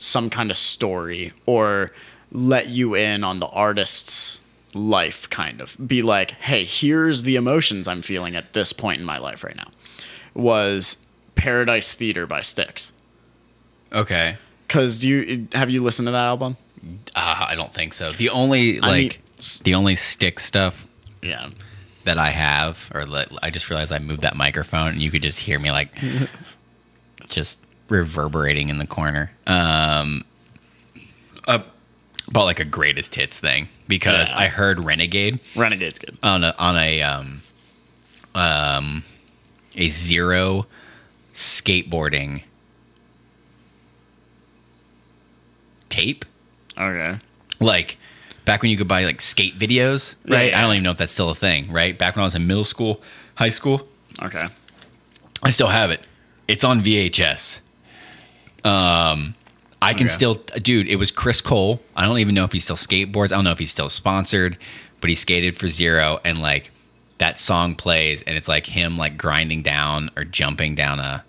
some kind of story or let you in on the artist's life, kind of be like, hey, here's the emotions I'm feeling at this point in my life right now. Was Paradise Theater by Styx. okay Cause do you have you listened to that album? uh, i don't think so the only like mean- the only stick stuff Yeah. that I have, or let, I just realized I moved that microphone, and you could just hear me like just reverberating in the corner. Um, uh, bought like a greatest hits thing because Yeah. I heard Renegade Renegade's good. on a on a um, um, a zero skateboarding tape Okay. like back when you could buy like skate videos, right? Yeah. I don't even know if that's still a thing, right? Back when I was in middle school, high school, Okay. I still have it. It's on VHS. Um, I can Okay. still, dude. It was Chris Cole. I don't even know if he still skateboards. I don't know if he's still sponsored, but he skated for zero, and like that song plays, and it's like him like grinding down or jumping down a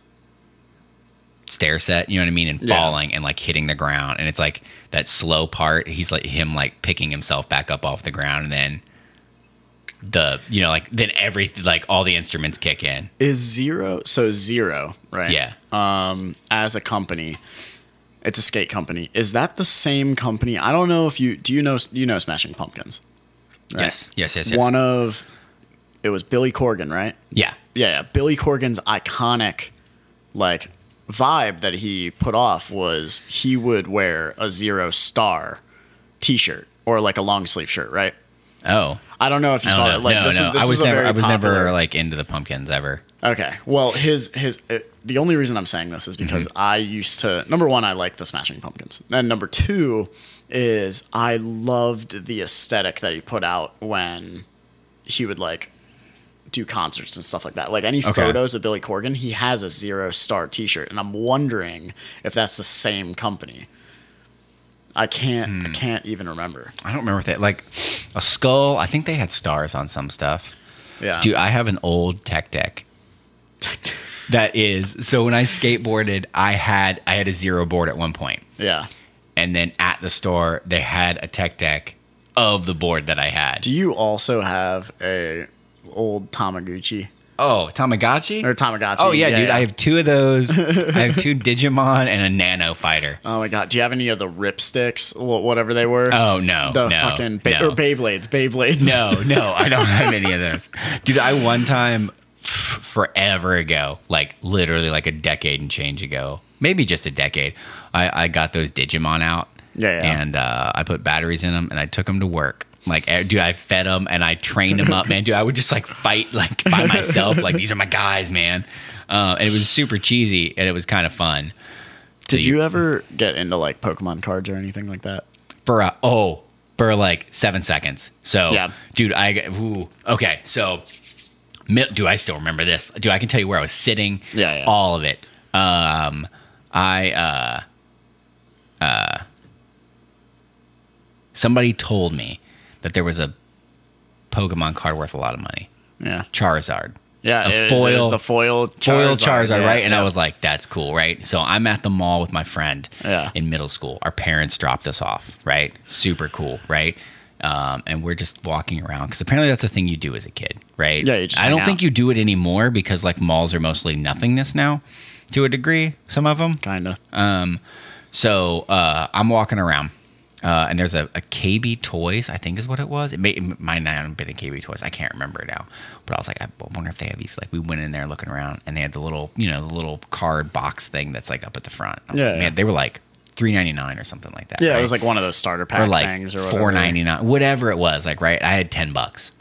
stair set. You know what I mean? And Yeah. falling and like hitting the ground, and it's like that slow part. He's like him like picking himself back up off the ground, and then the you know like then everything like all the instruments kick in. Is zero so zero, right? Yeah. Um, as a company. It's a skate company. Is that the same company? I don't know if you do you know you know Smashing Pumpkins. right? Yes, yes, yes, yes. One of it was Billy Corgan, right? yeah, yeah, yeah. Billy Corgan's iconic like vibe that he put off was he would wear a zero star t-shirt or like a long sleeve shirt, right? Oh, I don't know if you I saw don't know. that. Like no, this, no, this I was a never, very I was never popular- like into the pumpkins ever. Okay. Well, his his uh, the only Mm-hmm. reason I'm saying this is because I used to number one I like the Smashing Pumpkins, and number two is I loved the aesthetic that he put out when he would like do concerts and stuff like that. Like any Okay. photos of Billy Corgan, he has a zero star t shirt, and I'm wondering if that's the same company. I can't Hmm. I can't even remember. I don't remember if they like a skull. I think they had stars on some stuff. Yeah. Dude, I have an old tech deck. That is so when I skateboarded, I had I had a zero board at one point. yeah. And then at the store they had a tech deck of the board that I had. Do you also have a old Tamaguchi Oh, Tamagotchi? or Tamagotchi? oh yeah, dude. yeah. I have two of those. I have two Digimon and a nano fighter. Oh my god! Do you have any of the ripsticks, wh- whatever they were? Oh no. the no, fucking ba- no. or Beyblades, Beyblades. No, no, I don't have any of those. Dude, I one time f- forever ago, like literally like a decade and change ago, maybe just a decade, I, I got those Digimon out. Yeah, yeah. And uh, I put batteries in them and I took them to work. Like, eh, dude, I fed them and I trained them up, man. Dude, I would just like fight like by myself. Like, these are my guys, man. Uh, and it was super cheesy and it was kind of fun. Did you- you ever get into like Pokemon cards or anything like that? for uh, oh for like seven seconds. So Yeah. dude, I ooh, okay. So mi- do I still remember this? Dude, I can tell you where I was sitting. Yeah, yeah. all of it. Um, I uh, uh, somebody told me that there was a Pokemon card worth a lot of money. Yeah. Charizard. Yeah. A it is- it is foil- the foil Foil Charizard, yeah, right? And yeah. I was like, that's cool, right? So I'm at the mall with my friend Yeah. in middle school. Our parents dropped us off, right? Super cool, right? Um, and we're just walking around because apparently that's a thing you do as a kid, right? Yeah, you just I hang don't out. think you do it anymore because like malls are mostly nothingness now to a degree, some of them. kinda. Um, so uh, I'm walking around, uh, and there's a, a KB Toys, I think is what it was. It, may, it might not have been a KB Toys. I can't remember now. But I was like, I wonder if they have these. Like, we went in there looking around, and they had the little, you know, the little card box thing that's like up at the front. I was Yeah, like, yeah. man, they were like three ninety nine or something like that. yeah, right? it was like one of those starter pack or like things or whatever. four ninety nine, whatever it was. Like, right? I had ten bucks.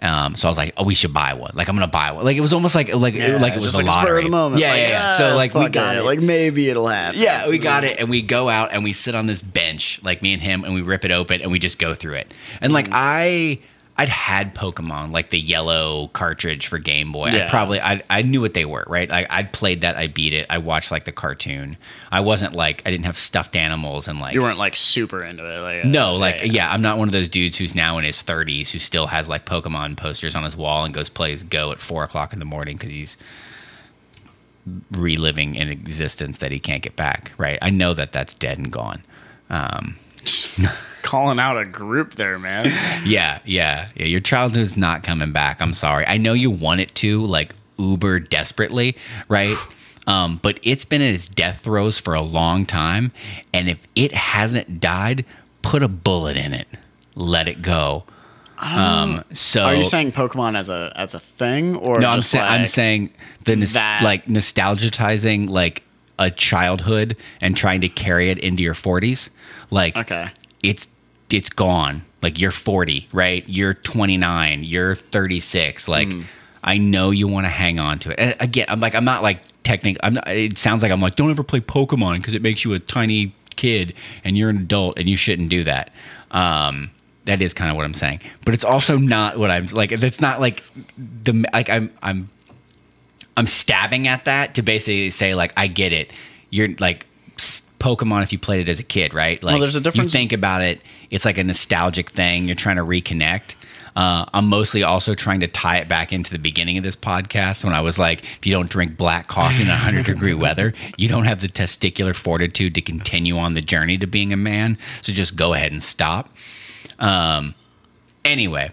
Um, so I was like, oh, we should buy one. Like, I'm gonna buy one. Like, it was almost like like it, like it was just a like spur lottery. of the moment. Yeah, like, yeah, yeah. ah, So like we fuck got it. it. Like maybe it'll happen. Yeah, we got it, and we go out and we sit on this bench, like me and him, and we rip it open and we just go through it. And like I, I'd had Pokemon, like the yellow cartridge for Game Boy. I Yeah. probably I, I knew what they were, right? Like I'd played that, I beat it, I watched like the cartoon. I wasn't like I didn't have stuffed animals and like You weren't like super into it. Like, uh, no, like yeah, I'm not one of those dudes who's now in his 30s who still has like Pokemon posters on his wall and goes plays Go at four o'clock in the morning because he's reliving an existence that he can't get back. Right? I know that that's dead and gone. Calling out a group there, man. Yeah, yeah, yeah. Your childhood's not coming back. I'm sorry. I know you want it to, like uber desperately, right? Um, but it's been in its death throes for a long time, and if it hasn't died, put a bullet in it. Let it go. Um, so Oh. Are you saying Pokemon as a as a thing or no, I'm, just sa- I'm like- saying the nos- that- like nostalgicizing like a childhood and trying to carry it into your 40s. Like Okay. it's it's gone. Like you're 40, right? You're 29. You're 36. Like I know you want to hang on to it. And again, I'm like I'm not like technic. I'm not, it sounds like I'm like don't ever play Pokemon because it makes you a tiny kid and you're an adult and you shouldn't do that. Um, that is kind of what I'm saying, but it's also not what I'm like. That's not like the like I'm I'm I'm stabbing at that to basically say like I get it. You're like s- Pokemon if you played it as a kid, right? Like there's a difference- You think about it, it's like a nostalgic thing. You're trying to reconnect. Uh, I'm mostly also trying to tie it back into the beginning of this podcast when I was like, if you don't drink black coffee in 100 degree weather, you don't have the testicular fortitude to continue on the journey to being a man. So just go ahead and stop. Um, anyway,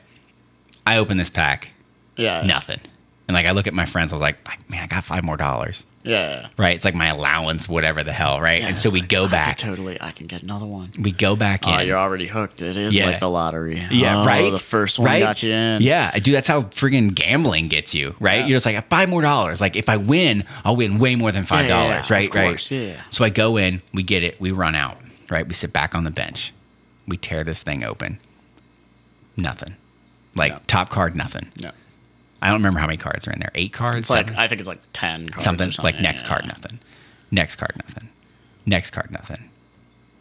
I open this pack Yeah. nothing. And like I look at my friends, I was like, like, man, I got five more dollars, Yeah. right? It's like my allowance, whatever the hell, right? and so we go back, Totally, I can get another one. we go back in. Oh, you're already hooked. It is Yeah. like the lottery. yeah, Oh, right. The first one right? got you in. Yeah, dude, that's how friggin' gambling gets you, right? Yeah. You're just like five more dollars. Like if I win, I'll win way more than five yeah, dollars, of right? right. course, yeah. So I go in, we get it, we run out, right? We sit back on the bench, we tear this thing open. Nothing, like No. top card, nothing. No. I don't remember how many cards are in there. Eight cards, It's like Seven? I think it's like ten cards or something, like next yeah. card nothing next card nothing next card nothing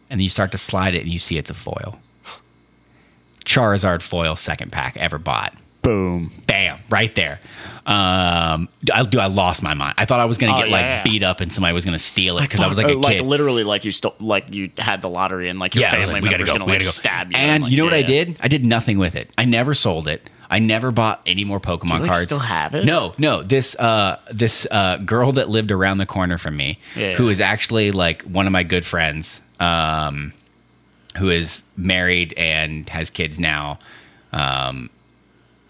and then you start to slide it, and you see it's a foil. Charizard foil second pack ever bought. Boom. Bam, right there. Um, do I, do I lost my mind. I thought I was gonna Oh, get yeah, like yeah. beat up and somebody was gonna steal it because I was like Oh, a like kid. literally, like you stole, like you had the lottery, and like your yeah, I was family like, we gotta member's go. gonna we like gotta go. stab you. And like, you know what yeah, I yeah. did? I did nothing with it. I never sold it. I never bought any more Pokemon You, like, cards. still have it? No, no. This uh, this uh, girl that lived around the corner from me, Yeah, who yeah. is actually like one of my good friends, um, who is married and has kids now, um,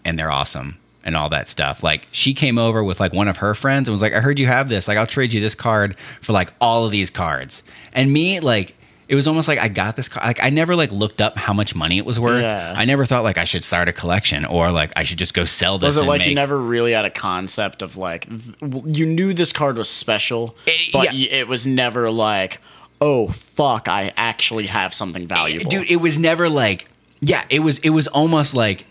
and they're awesome and all that stuff. Like she came over with like one of her friends and was like, "I heard you have this. Like I'll trade you this card for like all of these cards." And me like. It was almost like I got this card. Like I never like looked up how much money it was worth. Yeah. I never thought like I should start a collection or like I should just go sell this. Was it and like you make- never really had a concept of like th- w- you knew this card was special, Eh, but yeah. y- it was never like, oh fuck, I actually have something valuable. Eh, dude it was never like yeah it was it was almost like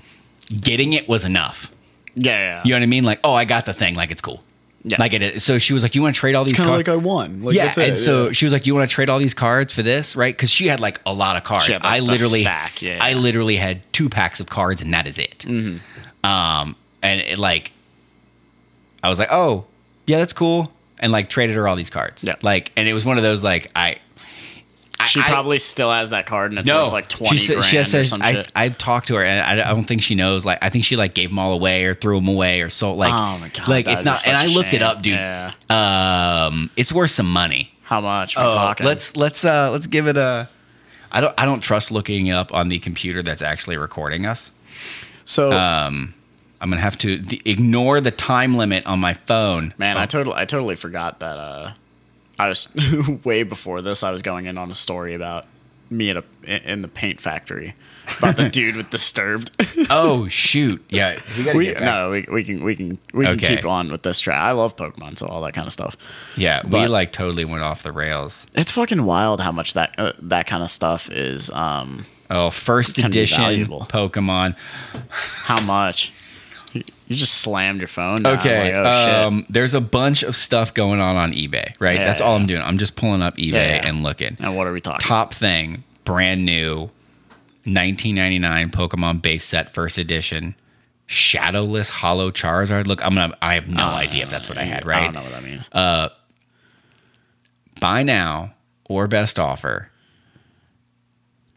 getting it was enough yeah, yeah. you know what i mean like oh i got the thing like it's cool Yeah. like it is. so she was like you want to trade all these Kind of like cards I won. Like, yeah that's it, and so yeah. she was like you want to trade all these cards for this right because she had like a lot of cards had, like, i the literally stack, yeah. i literally had two packs of cards and that is it Mm-hmm. um and it like i was like oh yeah that's cool and like traded her all these cards Yeah. like and it was one of those like i I- she I- probably still has that card, and it's worth like twenty sa- grand has or said- some I, shit. I've talked to her, and I, I don't think she knows. Like, I think she like gave them all away or threw them away or sold. Like, Oh my God, like that it's is not. such And I a looked it shame. up, dude. Yeah. Um, it's worth some money. How much? We're Oh, talking. let's let's uh let's give it a. I don't I don't trust looking up on the computer that's actually recording us. So Um, I'm gonna have to the, ignore the time limit on my phone. Man, Oh, I totally I totally forgot that uh I was way before this I was going in on a story about me at a in the paint factory about the dude with disturbed. oh shoot! Yeah, we gotta we get back. no, we, we can we can we Okay. can keep on with this track. I love Pokemon so all that kind of stuff. Yeah, we but- like totally went off the rails. It's fucking wild how much that uh, that kind of stuff is um Oh, first can be edition valuable. Pokemon. how much you you just slammed your phone. down, Okay. like, oh, shit. um, there's a bunch of stuff going on on eBay, right? Yeah, That's yeah, all yeah. I'm doing. I'm just pulling up eBay Yeah, yeah. and looking. And what are we talking? Top thing, brand new, 1999 Pokemon base set first edition, shadowless hollow Charizard. Look, I'm gonna. I have no idea if that's what I had, Ah, I right? Um, don't know what that means. Buy now or best offer.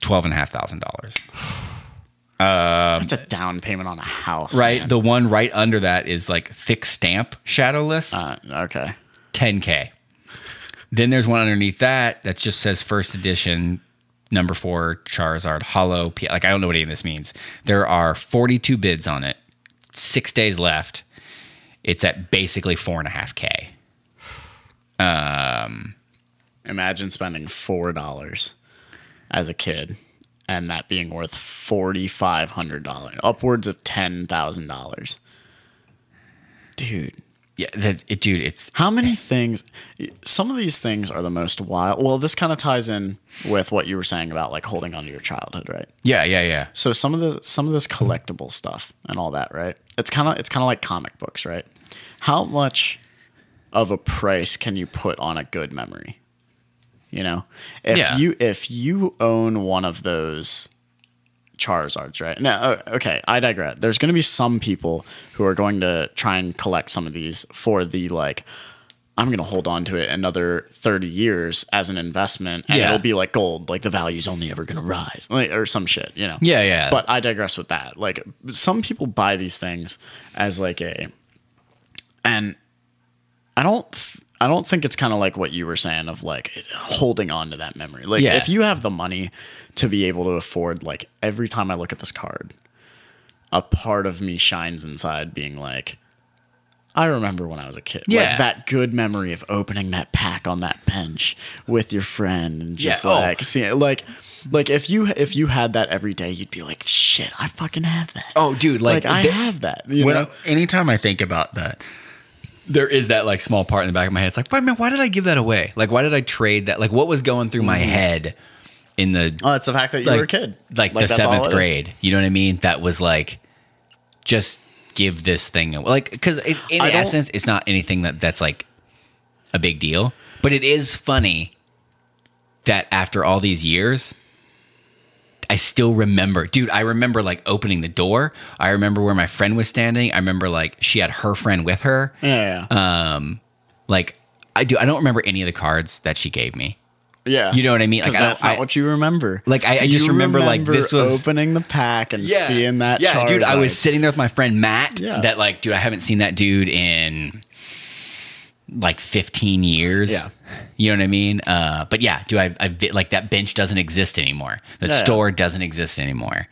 Twelve and a half thousand dollars. Oh, That's a down payment on a house, Right. man. The one right under that is like thick stamp shadowless. Uh, okay. 10k. Then there's one underneath that that just says first edition number 4 Charizard Hollow. P- Like I don't know what any of this means. There are 42 bids on it. 6 days left. It's at basically 4.5k. Imagine spending four dollars as a kid and that being worth forty five hundred dollars, upwards of ten thousand dollars. Dude, Yeah, that, it, dude, it's how many things? Some of these things are the most wild. Well, this kind of ties in with what you were saying about like holding on to your childhood, right? Yeah, yeah, yeah. So some of the some of this collectible stuff and all that, right? It's kind of it's kind of like comic books, right? How much of a price can you put on a good memory? You know, if Yeah. you if you own one of those Charizards, right? No, oh, okay, I digress. There's going to be some people who are going to try and collect some of these for the like. I'm going to hold on to it another 30 years as an investment, and Yeah. it'll be like gold. Like the value's only ever going to rise, like, or some shit, you know? Yeah, yeah. But I digress with that. Like some people buy these things as like a, and I don't. th- I don't think it's kind of like what you were saying of like holding on to that memory. Like Yeah. if you have the money to be able to afford like every time I look at this card, a part of me shines inside being like I remember when I was a kid. Yeah. Like that good memory of opening that pack on that bench with your friend and just Yeah, oh. like seeing like like if you if you had that every day, you'd be like, shit, I fucking have that. Oh, dude, like, I the- have that. You when know? I- anytime I think about that, there is that like small part in the back of my head. It's like, why man, why did I give that away? Like, why did I trade that? Like, what was going through my head in the oh, it's the fact that you were a kid. like, the that's all seventh it is. grade. You know what I mean? That was like, just give this thing away. Like, because in I don't- essence, it's not anything that that's like a big deal, but it is funny that after all these years, I still remember, dude. I remember like opening the door. I remember where my friend was standing. I remember like she had her friend with her. Yeah, yeah, yeah. Um, like I do. I don't remember any of the cards that she gave me. yeah. You know what I mean? Like, 'Cause I don't- that's not I- what you remember. Like, I- I just You remember, like, this was- opening the pack and seeing that. Yeah, dude. I Charizard. was sitting there with my friend Matt. Yeah. That like, dude, I haven't seen that dude in like 15 years. Yeah. You know what I mean? Uh, but yeah, do I, I vi- like that bench doesn't exist anymore. That Yeah, yeah. store doesn't exist anymore.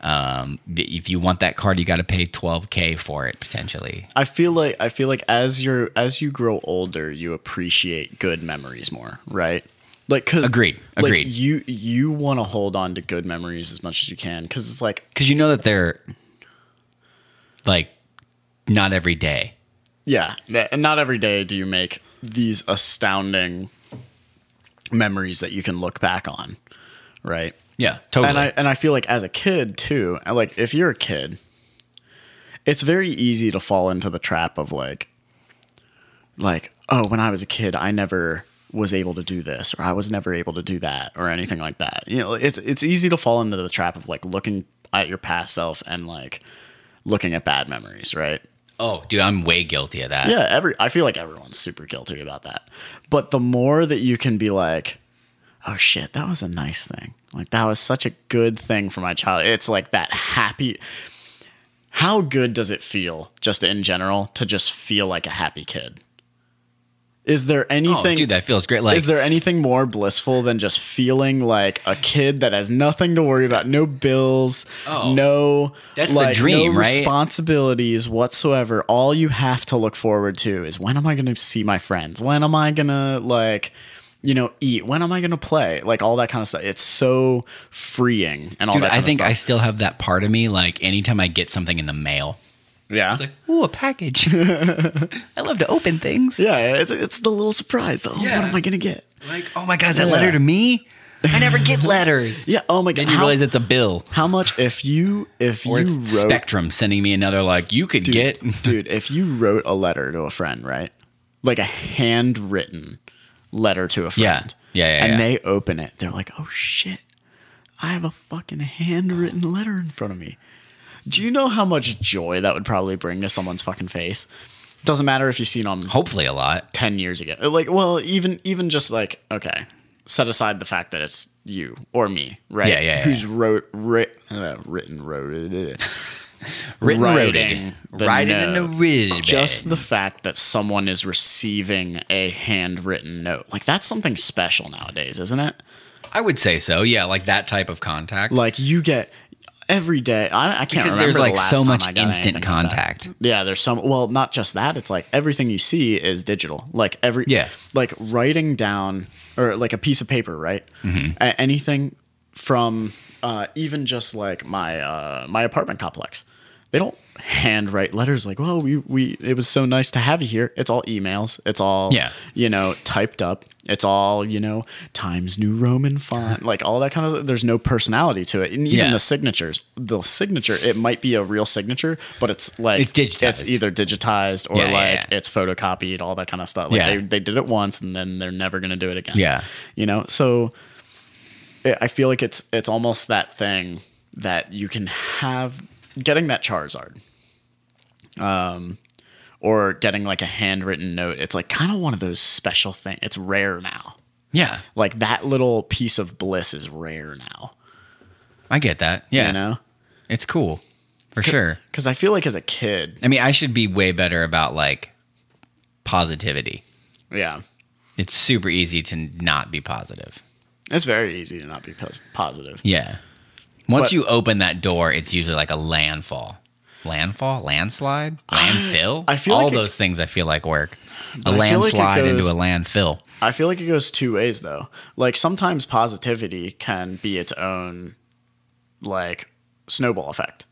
Um, y- if you want that card, you got to pay 12k for it potentially. I feel like I feel like as you're as you grow older, you appreciate good memories more, right? Like, cause Agreed, like, agreed. you you want to hold on to good memories as much as you can because it's like Cause you know that they're like not every day. yeah, th- and not every day do you make these astounding memories that you can look back on, right? Yeah, totally. And I and I feel like as a kid too, and, like if you're a kid, it's very easy to fall into the trap of like like, oh, when I was a kid, I never was able to do this or I was never able to do that or anything like that. You know, it's it's easy to fall into the trap of like looking at your past self and like looking at bad memories, right? oh, dude, I'm way guilty of that. Yeah, every I feel like everyone's super guilty about that. But the more that you can be like, oh shit, that was a nice thing. Like that was such a good thing for my child. It's like that happy how good does it feel just in general to just feel like a happy kid? Is there Oh, anything dude, that feels great. Like, is there anything more blissful than just feeling like a kid that has nothing to worry about, no bills, Oh. no That's the like, dream, no right? responsibilities whatsoever. All you have to look forward to is when am I going to see my friends? When am I going to like you know eat? When am I going to play? Like all that kind of stuff. It's so freeing and all Dude, that. I Kind think of I stuff. still have that part of me. Like anytime I get something in the mail, yeah. it's like, ooh, a package. I love to open things. yeah, it's it's the little surprise. Oh, Yeah. what am I gonna get? Like, oh my god, is that Yeah. letter to me? I never get letters. Yeah. Oh my god. Then you how, realize it's a bill how much if you if or you it's wrote Spectrum sending me another like you could get. dude if you wrote a letter to a friend right like a handwritten letter to a Yeah. friend Yeah, yeah, and yeah. they open it they're like oh shit i have a fucking handwritten letter in front of me do you know how much joy that would probably bring to someone's fucking face doesn't matter if you've seen them Hopefully, a lot. 10 years ago like well even even just like okay set aside the fact that it's you or me right Yeah, yeah, yeah. who's wrote writ, uh, written wrote Written, Writing the roaded, writing in the note. ribbon. just the fact that someone is receiving a handwritten note like that's something special nowadays isn't it I would say so. Yeah, like that type of contact. like you get every day i, I can't because remember there's the like last so time much I got anything instant like that. contact. yeah there's some well not just that it's like everything you see is digital like every Yeah. like writing down or like a piece of paper right Mm-hmm. A- anything from uh, even just like my uh, my apartment complex they don't handwrite letters like well we we it was so nice to have you here it's all emails it's all Yeah. you know typed up it's all you know times new roman font like all that kind of there's no personality to it and even Yeah. the signatures the signature it might be a real signature but it's like It's digitized. It's either digitized or Yeah, yeah, like yeah. it's photocopied, all that kind of stuff. Like Yeah. they, they did it once and then they're never gonna do it again. Yeah. You know, so I I feel like it's it's almost that thing that you can have getting that Charizard. Um or getting like a handwritten note. It's like kind of one of those special things. It's rare now. Yeah, Like that little piece of bliss is rare now. I get that. Yeah, You know? it's cool for sure. Because I feel like as a kid, I mean, I should be way better about like positivity. yeah, It's super easy to not be positive. it's very easy to not be pos- positive. Yeah. Once But- you open that door, it's usually like a landfall. Landfall, landslide, landfill. I feel all like it- those things. I feel like work. A I feel like it landslide goes- into a landfill. I feel like it goes two ways though. Like sometimes positivity can be its own like snowball effect.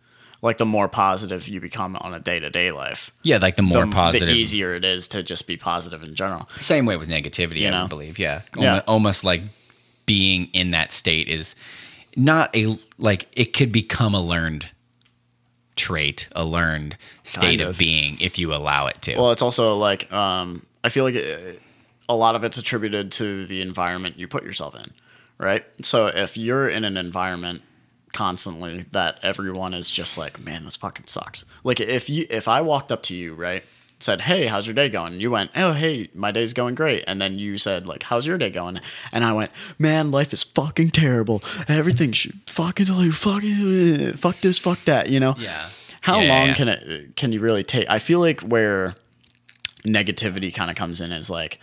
Like the more positive you become on a day-to-day life, Yeah, like the more the, positive. the easier it is to just be positive in general. Same way with negativity, I know? would believe. Yeah. Almo- Yeah. Almost, like being in that state is not a like it could become a learned trait, a learned state Kind of. of. being if you allow it to. Well, it's also like um I feel like it, a lot of it's attributed to the environment you put yourself in, right? So if you're in an environment constantly that everyone is just like, man, this fucking sucks. Like if you if I walked up to you, right, said, hey, how's your day going? And you went, oh, hey, my day's going great. And then you said, like, how's your day going? And I went, man, life is fucking terrible. Everything should fucking like fucking uh, fuck this, fuck that. You know? Yeah. How Yeah, yeah, long yeah. can it can you really take? I feel like where negativity kind of comes in is like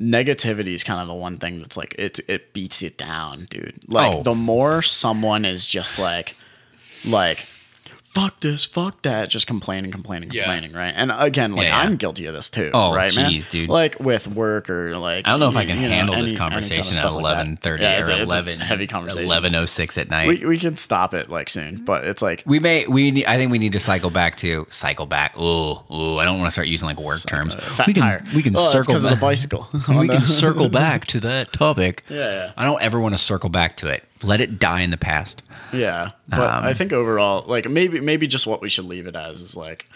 negativity is kind of the one thing that's like it it beats it down, dude. Like Oh. the more someone is just like like fuck this, fuck that, just complaining, complaining, Yeah. complaining, right? And again, like Yeah, yeah. I'm guilty of this too, Oh, right, jeez, man? dude. Like with work or like I don't know if I you- can you know, handle any- this any kind of conversation stuff at like that. eleven thirty Yeah, it's or a- it's a eleven heavy conversation. eleven oh six at night. We We, we can stop it like soon, but it's like may we need, I think we need to cycle back to cycle back. Ooh, ooh, I don't want to start using like work terms. fat we can tire. we can Oh, it's circle because of the back. bicycle. Oh, we can circle back to that topic. Yeah, I don't ever want to circle back to it. Let it die in the past. yeah, yeah. But Um, I think overall, like maybe maybe just what we should leave it as is like,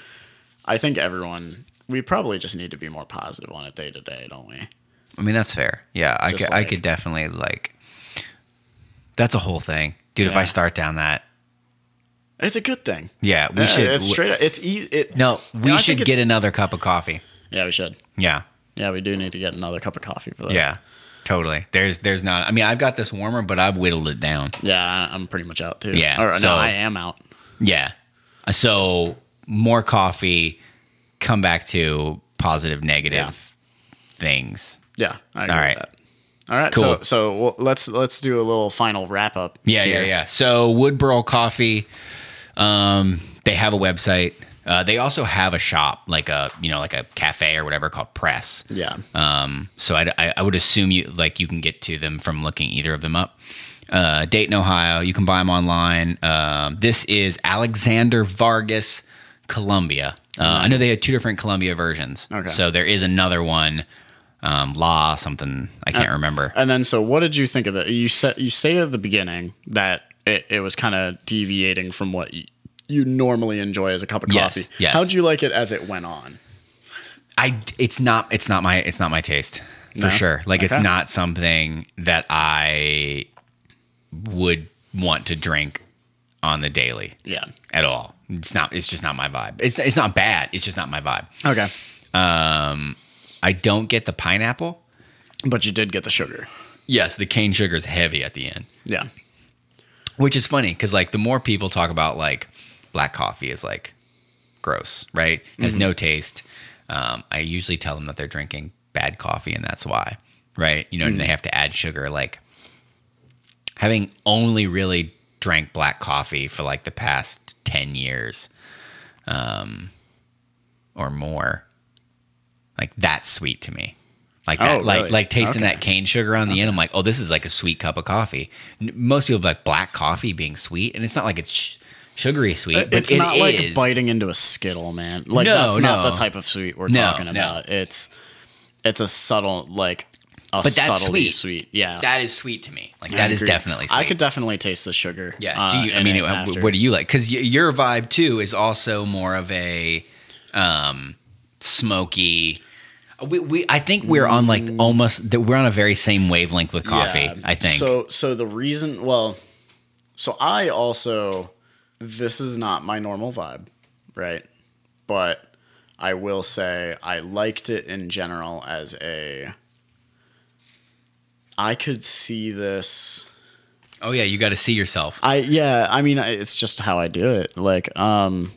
I think everyone we probably just need to be more positive on it day to day, don't we? I mean, that's fair. Yeah, I Just could, I like- could definitely like. That's a whole thing, dude. If Yeah. I start down that, It's a good thing. yeah, we Yeah, should. It's straight. Up, it's easy. It, No, we I think should it's- get another cup of coffee. Yeah, we should. Yeah, Yeah, we do need to get another cup of coffee for this. yeah, totally. There's, there's not. I mean, I've got this warmer, but I've whittled it down. Yeah, I- I'm pretty much out too. Yeah, Or, so- no, I am out. Yeah. So more coffee. Come back to positive, negative things. Yeah, I agree All All right. right. with that. All right, so Cool. so well, let's let's do a little final wrap up. Yeah, yeah, here. yeah. So Woodboro Coffee, um, they have a website. Uh, they also have a shop, like a you know, like a cafe or whatever called Press. yeah, Um, so I'd- I, I would assume you like you can get to them from looking either of them up. Uh, Dayton, Ohio. You can buy them online. Um, this is Alexander Vargas, Columbia. Uh, I know they had two different Columbia versions. Okay. So there is another one, um, La something. I can't remember. And then, so what did you think of that? You said you stated at the beginning that it, it was kind of deviating from what you, you normally enjoy as a cup of Yes, coffee. yes. How'd you like it as it went on? I it's not it's not my it's not my taste for No? sure. Like it's Okay. not something that I would want to drink on the daily Yeah. at all. It's not it's just not my vibe. It's it's not bad. It's just not my vibe. Okay. Um I don't get the pineapple. But you did get the sugar. Yes, the cane sugar is heavy at the end. Yeah. Which is funny because like the more people talk about like black coffee is like gross, right? Has Mm-hmm. no taste. Um, I usually tell them that they're drinking bad coffee and that's why, right? You know, Mm. and they have to add sugar. Like having only really drank black coffee for like the past ten years, um, or more, like that's sweet to me. Like that, Oh, like really? like tasting Okay. that cane sugar on the end. I'm like, oh, this is like a sweet cup of coffee. N- Most people like black coffee being sweet, and it's not like it's sh- sugary sweet. but Uh, It's it not like is. biting into a skittle, man. Like No, that's not no. the type of sweet we're No, talking no. about. It's it's a subtle like a But that's subtly sweet. sweet. Yeah. That is sweet to me. Like I that is agree. definitely sweet. I could definitely taste the sugar. Yeah. uh, do you? I in mean, it uh, after. what do you like? Because y- your vibe too is also more of a um, smoky. uh, We, we I think we're on like almost that we're on a very same wavelength with coffee. Mm. Yeah. I think. So so the reason well so I also this is not my normal vibe, right? But I will say I liked it in general as a I could see this oh yeah, you got to see yourself. I yeah, I mean I- it's just how I do it. Like um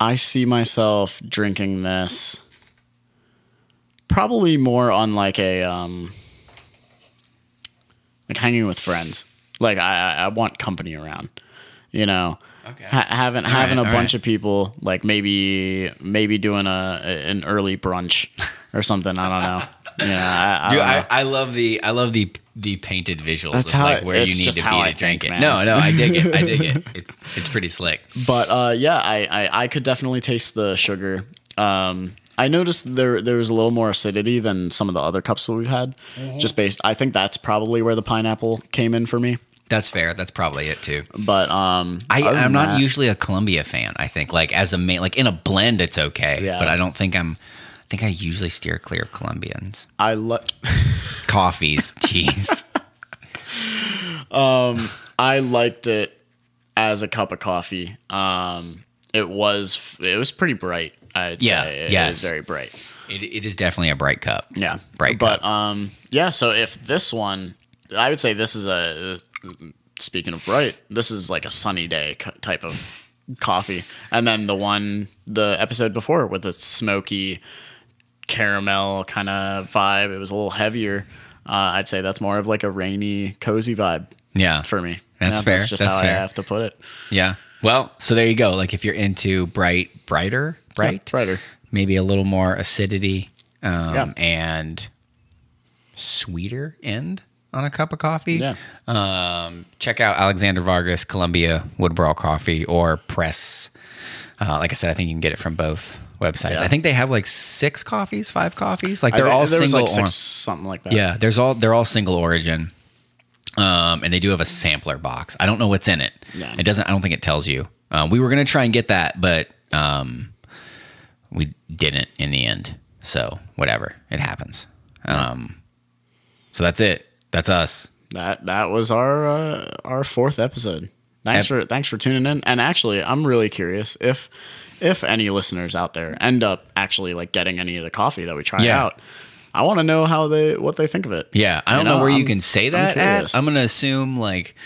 I see myself drinking this probably more on like a um like hanging with friends. Like I I I want company around. You know. Okay. Ha- having having right, a all bunch right. of people like maybe maybe doing a an early brunch or something. I don't know. Yeah, I, I Dude, don't know. I, I love the I love the the painted visuals. That's of how- like where you it's need just to be how to I drink think, it. man. No, no, I dig it. I dig it. It's it's pretty slick. but uh, yeah, I, I I could definitely taste the sugar. Um, I noticed there there was a little more acidity than some of the other cups that we've had. Mm-hmm. Just based, I think that's probably where the pineapple came in for me. That's fair. That's probably it too. But um, I, other I'm than not that- usually a Columbia fan. I think like as a main, like in a blend, it's okay. Yeah. But I don't think I'm. think I usually steer clear of Colombians. I love. Coffees, jeez. Um, I liked it as a cup of coffee. Um, it was it was pretty bright. I'd Yeah, say it yes. was very bright. It, it is definitely a bright cup. Yeah, Bright But cup. um, yeah. So if this one, I would say this is a speaking of bright, this is like a sunny day co- type of coffee, and then the one the episode before with the smoky caramel kind of vibe, it was a little heavier. Uh, I'd say that's more of like a rainy, cozy vibe Yeah. for me. That's Yeah, fair, That's just that's how fair. I have to put it. Yeah. Well, so there you go. Like if you're into bright, brighter, Yeah, bright, brighter. maybe a little more acidity um, Yeah. and sweeter end on a cup of coffee. Yeah. Um, check out Alexander Vargas, Columbia Woodbrawl Coffee, or Press. Uh, like I said, I think you can get it from both websites. Yeah. I think they have like six coffees, five coffees. Like I they're thi- all there was single. like six, or- something like that. yeah, there's all they're all single origin. Um, and they do have a sampler box. I don't know what's in it. Yeah. It doesn't. I don't think it tells you. Um, we were gonna try and get that, but um, we didn't in the end. So whatever, it happens. Um, so that's it. That's us. that that was our uh, our fourth episode. Thanks for thanks for tuning in. And actually, I'm really curious if if any listeners out there end up actually like getting any of the coffee that we tried Yeah. out. I want to know how they what they think of it. Yeah, I You don't know, know, where you I'm- can say that curious. at. I'm gonna assume like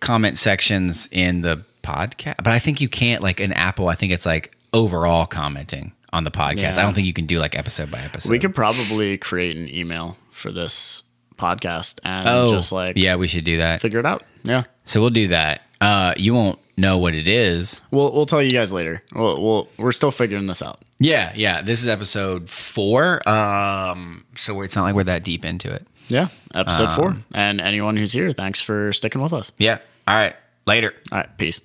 comment sections in the podcast, but I think you can't like in Apple. I think it's like overall commenting on the podcast. I Yeah. don't think you can do like episode by episode. We could probably create an email for this podcast and just like Oh, yeah, we should do that. figure it out. Yeah. So we'll do that. Uh, you won't know what it is. We'll we'll tell you guys later. We'll, we'll we're still figuring this out. Yeah, yeah. This is episode four. Um, so it's not like we're that deep into it. Yeah. Um, Episode 4. And anyone who's here, thanks for sticking with us. Yeah. All right. Later. All right, peace.